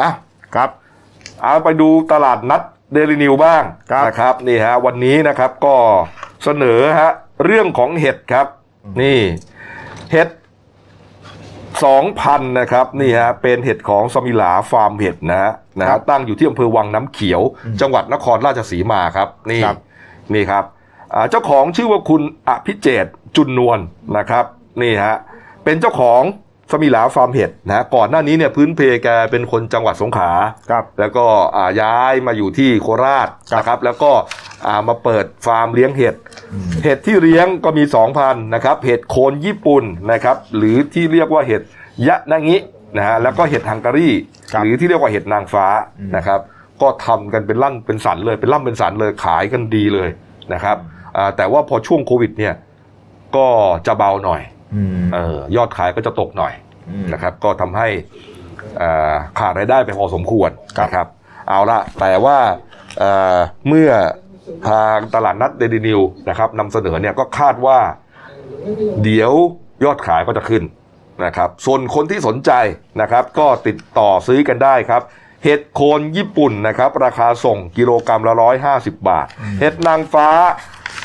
A: อ่ะ
E: ครับ
A: เอาไปดูตลาดนัดเดลินิวบ้าง
E: ครับ
A: นะครับนี่ฮะ วันนี้นะครับก็เสนอฮะเรื่องของเห็ดครับ นี่เห็ด 2,000 นะครับนี่ฮะเป็นเห็ดของสมิลาฟาร์มเห็ดนะฮะนะ
E: ครั
A: ฮะ
E: บ
A: ตั้งอยู่ที่อำเภอวังน้ำเขียว จังหวัดนครราชสีมาครับ นี่
E: ครับ
A: นี่ครับอ่าเจ้าของชื่อว่าคุณอภิเจตจุนนวลนะครับนี่ฮะเป็นเจ้าของสมิลาฟาร์มเห็ดนะฮะก่อนหน้านี้เนี่ยพื้นเพแกเป็นคนจังหวัดสงขลา
E: ครับ
A: แล้วก็อ่าย้ายมาอยู่ที่โคราช
E: ครับ
A: นะครับ แล้วก็อ่ามาเปิดฟาร์มเลี้ยงเห็ด เห็ดที่เลี้ยงก็มี 2,000นะครับ เห็ดโคนญี่ปุ่นนะครับ หรือที่เรียกว่าเห็ดยะนางินะฮะ แล้วก็เห็ดฮังการี
E: ครับ
A: หรือที่เรียกว่าเห็ดนางฟ้า
E: อืม
A: นะครับ ก็ทำกันเป็นลั่นเป็นสันเลย เป็นล่ำเป็นสันเลยขายกันดีเลยนะครับอ่าแต่ว่าพอช่วงโควิดเนี่ยก็จะเบาหน่อย
E: อืม
A: เออยอดขายก็จะตกหน่อย
E: อืม
A: นะครับก็ทำให้อ่าขาดรายได้ไปพอสมควรนะครับเอาละแต่ว่าเอ่อเมื่อทางตลาดนัดเดลินิวนะครับนำเสนอเนี่ยก็คาดว่าเดี๋ยวยอดขายก็จะขึ้นนะครับส่วนคนที่สนใจนะครับก็ติดต่อซื้อกันได้ครับ เห็ดโคนญี่ปุ่นนะครับราคาส่งกิโลกรรัมละ 150 บาท เห็ดนางฟ้า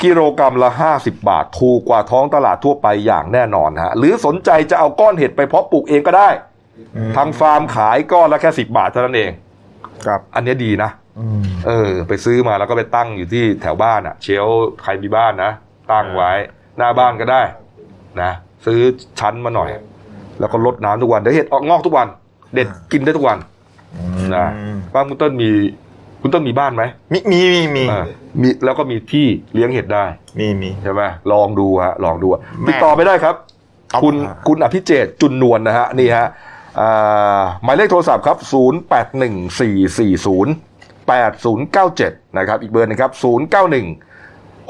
A: กิโลกรรัมละ 50 บาท ถูกกว่าท้องตลาดทั่วไปอย่างแน่นอนฮะหรือสนใจจะเอาก้อนเห็ดไปเพาะปลูกเองก็ได้ ทางฟาร์มขายก้อนละแค่ 10 บาทเท่านั้นเอง
E: ครับ
A: อันเนี้ยดีนะ
E: อืม
A: เออ ไปซื้อมาแล้วก็ไปตั้งอยู่ที่แถวบ้านอะเชลฟ์ใครมีบ้านนะ ตั้งไว้หน้าบ้านก็ได้นะซื้อชั้นมาหน่อย แล้วก็ลดน้ำทุกวันเดี๋ยวเห็ดออกงอกทุกวัน เด็ดกินได้ทุกวันนะบ้านคุณต้นมีคุณต้นมีบ้านไหม
E: มีมีมีมี
A: อ่ามีแล้วก็มีที่เลี้ยงเห็ดได้
E: มีมี
A: ใช่ไหมลองดูฮะลองดูฮะ
E: แม่
A: ติดต่อไปได้ครับ
E: เอา
A: คุณ
E: มา
A: คุณอภิเจตจุนนวลนะฮะ นี่ฮะอ่าหมายเลขโทรศัพท์ครับ 081440 8097 นะครับ อีกเบอร์หนึงครับ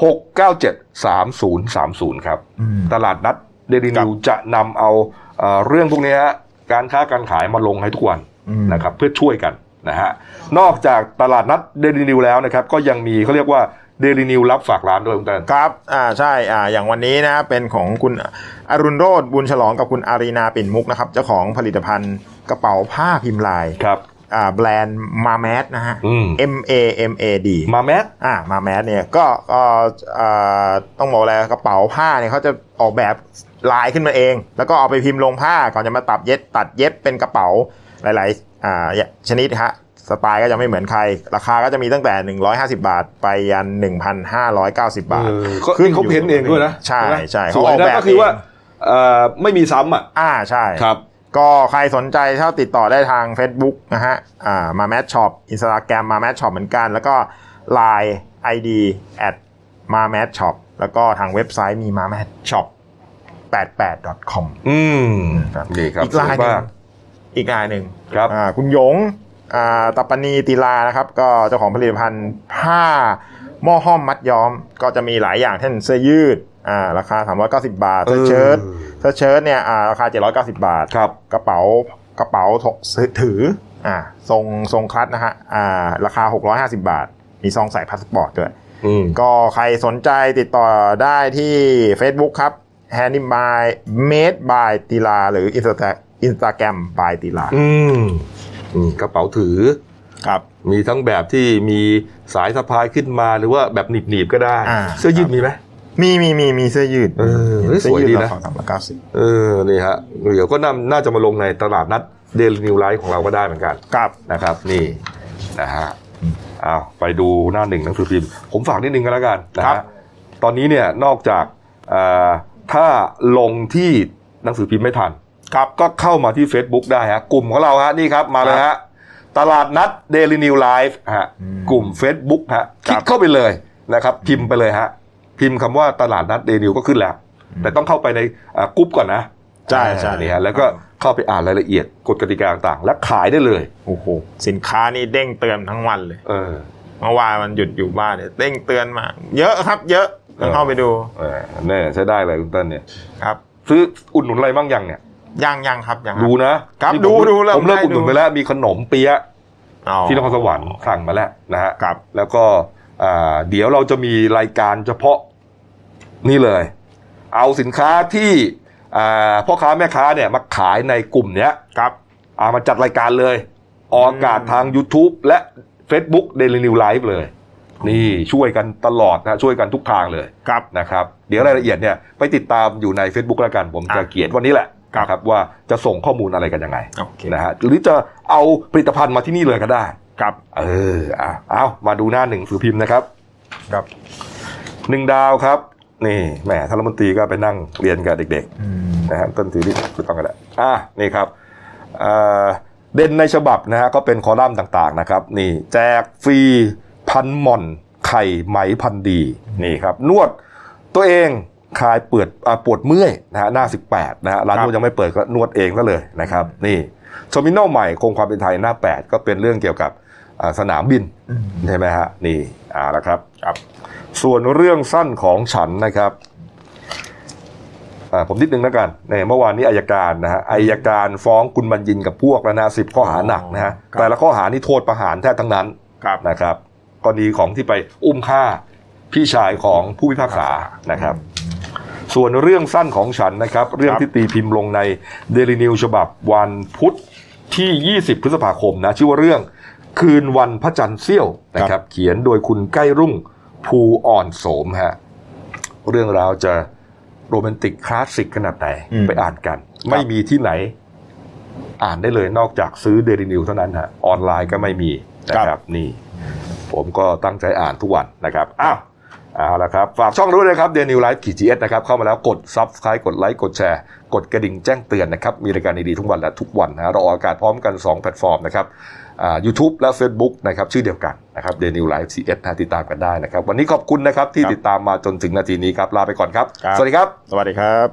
A: 091 697 3030 ครับ
E: อืม
A: ตลาดนัดเดลิ
E: ครั
A: นิ
E: บ
A: วจะนำเอาเอ่อเรื่องพวกนี้ฮะการค้าการขายมาลงให้ทุกวัน
E: อืม
A: นะครับเพื่อช่วยกันนะฮะนอกจากตลาดนัดเดลินิวแล้วนะครับ ก็ยังมีเขาเรียกว่าเดลินิวรับฝากร้านด้วยคุณเต้น
E: ครับ อ่า ใช่ อ่า อย่างวันนี้นะเป็นของคุณอรุณโรธบุญฉลองกับคุณอารีนาปิ่นมุกนะครับ เจ้าของผลิตภัณฑ์กระเป๋าผ้าพิมพ์ลาย
A: ครับ
E: อ่า แบรนด์มาแมสนะฮะ
A: อืม
E: M A M A D
A: มาแมส
E: อ่า มาแมสเนี่ย ก็เอ่ออ่าต้องบอกแล้วกระเป๋าผ้าเนี่ยเขาจะออกแบบลายขึ้นมาเอง แล้วก็เอาไปพิมพ์ลงผ้า ก่อนจะมาตัดเย็บตัดเย็บเป็นกระเป๋าหลายๆ อ่า ชนิดฮะ สไตล์ก็จะไม่เหมือนใคร ราคาก็จะมีตั้งแต่ 150 บาท ไปยัน 1,590 บาท
A: เออก็ขึ้นเขาเพ้นท์เองด้วยนะ
E: ใช่
A: ไหม
E: ใช่
A: สวยนะ
E: เขาออกแบบ
A: ก็คือว่า
E: เอง
A: เอ่อไม่มีซ้ำอ่ะ
E: อ่าใช่
A: ครับ
E: ก็ใครสนใจเช่าติดต่อได้ทาง Facebook นะฮะอ่ามาแมทช็อปอินสตาแกรมมาแมทช็อปเหมือนกัน แล้วก็ Line ID at มาแมทช็อปแล้วก็ทางเว็บไซต์มีมาแมทช็อป88 com
A: อืม
E: ครับ
A: ดีครับ
E: อีกลาย
A: สว
E: หนึ่
A: ม
E: งอีกลายหนึ่ง
A: ครับ
E: อ่าคุณหยงอ่าตปปนีตีลานะครับ ก็เจ้าของผลิตภัณฑ์ผ้าหม้อห้อมมัดย้อม ก็จะมีหลายอย่างเช่นเสื้อยืดอ่าราคา 390 บาท เสื้อเชิ้ต
A: เออ
E: เสื้อเชิ้ตเนี่ยอ่าราคา 790 บาท
A: ครับ
E: กระเป๋ากระเป๋าถืออ่าทรงทรงคลัตนะฮะอ่าราคา 650 บาท มีซองใส่พาสปอร์ตด้วย
A: อืม
E: ก็ใครสนใจติดต่อได้ที่ Facebook ครับ Handy by Made by ตีลาหรือ Insta Instagram by ตีลา
A: อืมอืมกระเป๋าถือ
E: ครับ
A: มีทั้งแบบที่มีสายสะพายขึ้นมาหรือว่าแบบหนีบหนีบๆก็ได้
E: อ่า
A: เสื้อยืดมีไหม
E: มีมีมีมีเสื้อยืด
A: เออเฮ้ยสวยดีนะ
E: สองสามร้อยเก้าสิบ
A: เออนี่ฮะเดี๋ยวก็น่าน่าจะมาลงในตลาดนัดเดลินิวไลท์ของเราก็ได้เหมือนกัน
E: ครับ
A: นะครับนี่นะฮะอ้าวไปดูหน้าหนึ่งหนังสือพิมพ์ ผมฝากนิดนึงก็แล้วกันนะ
E: ครั
A: ฮะ
E: บ
A: ตอนนี้เนี่ยนอกจากเอ่อถ้าลงที่หนังสือพิมพ์ไม่ทันครับก็เข้ามาที่ Facebook ได้ฮะกลุ่มของเราฮะนี่ครับมาเลยฮะตลาดนัด Daily New Life ฮะกลุ่ม Facebook ฮะคลิกเข้าไปเลยนะครับพิมพ์ไปเลยฮะพิมพ์คำว่าตลาดนัด Daily New ก็ขึ้นแล้ว แต่ต้องเข้าไปในเอ่อกลุ่มก่อนนะ
E: ใช่ใช่
A: อ่านี่ฮะแล้วก็เข้าไปอ่านรายละเอียดกฎกติกาต่างๆ และขายได้เลย
E: โอ้โหสินค้านี่เด้งเตือนทั้งวันเลย
A: เออ
E: เมื่อวานมันหยุดอยู่บ้านเนี่ยเด้งเตือนมา เยอะครับ เยอะต้องเข้าไปดู
A: เออแน่ใช้ได้เลยคุณเต้นเนี่ย
E: ครับ
A: ซื้ออุดหนุนอะไรบ้างยังเนี่ย
E: ยังยังครับยัง
A: ดูนะครับ นี่
E: ดู
A: ผม
E: ดูแล้ว
A: ผมเลิก
E: ได้
A: อุดหนุน
E: ดู
A: ไปแล้วมีขนมเปี๊ยะ
E: อ๋อ
A: ที่นครสวรรค์สั่งมาแล้วนะฮะ
E: ครับ
A: แล้วก็อ่าเดี๋ยวเราจะมีรายการเฉพาะนี่เลย เอาสินค้าที่อ่าพ่อค้าแม่ค้าเนี่ยมาขายในกลุ่มเนี้ย
E: ครับ
A: เอามาจัดรายการเลยออกอากาศ
E: อืม
A: ทาง YouTube และ Facebook Daily New Live เลย นี่ช่วยกันตลอดนะช่วยกันทุกทางเลย
E: ครับ
A: นะครับเดี๋ยวรายละเอียดเนี่ยไปติดตามอยู่ใน Facebook แล้วกัน ผมจะ
E: อ่ะ
A: เขียนวันนี้แหละ
E: ครับ
A: นะครับว่าจะส่งข้อมูลอะไรกันยังไง
E: โอเค
A: นะฮะหรือจะเอาผลิตภัณฑ์มาที่นี่เลยก็ได้
E: ครับ
A: เอออ่ะเอามาดูหน้าหนึ่งสือพิมพ์นะครับ
E: ครับ
A: หนึ่งดาวครับ นี่แหมท่านรัฐมนตรีก็ไปนั่งเรียนกับเด็ก ๆ นะฮะต้นถือนี่ถูกต้องกันแหละอ่ะนี่ครับเอ่อเด่นในฉบับนะฮะก็เป็นคอลัมน์ต่างๆนะครับ นี่แจกฟรีพันหม่อนไข่ไหมพันดีนี่ครับ นวดตัวเองคลายเปิดอ่ะปวดเมื่อยนะฮะหน้า 18นะฮะร้านนวดยังไม่เปิดก็นวดเองก็เลยนะครับ นี่ชมิโนใหม่คงความเป็นไทยหน้า 8 ก็เป็นเรื่องเกี่ยวกับ อ่าสนามบินใช่ไหมฮะนี่เอ่าละครับ
E: ครับ
A: ส่วนเรื่องสั้นของฉันนะครับอ่าผมนิดนึงแล้วกันเนี่ยเมื่อวานนี้อายการนะฮะอายการฟ้องคุณบัญญินกับพวกแล้วนะสิบข้อหาหนักนะฮะ
E: ครับ
A: แต่ละข้อหานี่โทษประหารแทบทั้งนั้น
E: ครับ
A: นะครับกรณีของที่ไปอุ้มฆ่าพี่ชายของผู้พิพากษานะครับ ส่วนเรื่องสั้นของฉันนะครับ เรื่องที่ตีพิมพ์ลงในเดลินิวฉบับวันพุธที่ 20 พฤษภาคมนะ ชื่อว่าเรื่องคืนวันพระจันทร์เสี้ยวนะครับ เขียนโดยคุณใกล้รุ่งภูอ่อนโสมฮะเรื่องราวจะโรแมนติกคลาสสิกขนาดไหน
E: อืม
A: ไปอ่านกัน ไม่มีที่ไหน อ่านได้เลยนอกจากซื้อเดลินิวเท่านั้นฮะออนไลน์ก็ไม่มีนะครับนี่ ผมก็ตั้งใจอ่านทุกวันนะครับอ้าวเอาละครับ ฝากช่องด้วยนะครับเดนิวไลฟ์ขีจีเอสนะครับ เข้ามาแล้วกดซับสไครต์กดไลค์กดแชร์ กดกระดิ่งแจ้งเตือนนะครับ มีรายการดีๆทุกวันและทุกวันนะเราออกอากาศพร้อมกัน 2 แพลตฟอร์มนะครับอ่า YouTube และ Facebook นะครับ ชื่อเดียวกันนะครับเดนิวไลฟ์ซีเอสติดตามกันได้นะครับ วันนี้ขอบคุณนะครับที่
E: ครับ
A: ติดตามมาจนถึงนาทีนี้ครับ ลาไปก่อนครับ
E: ครับ
A: สวัสดีครับ
E: สวัสดีครับ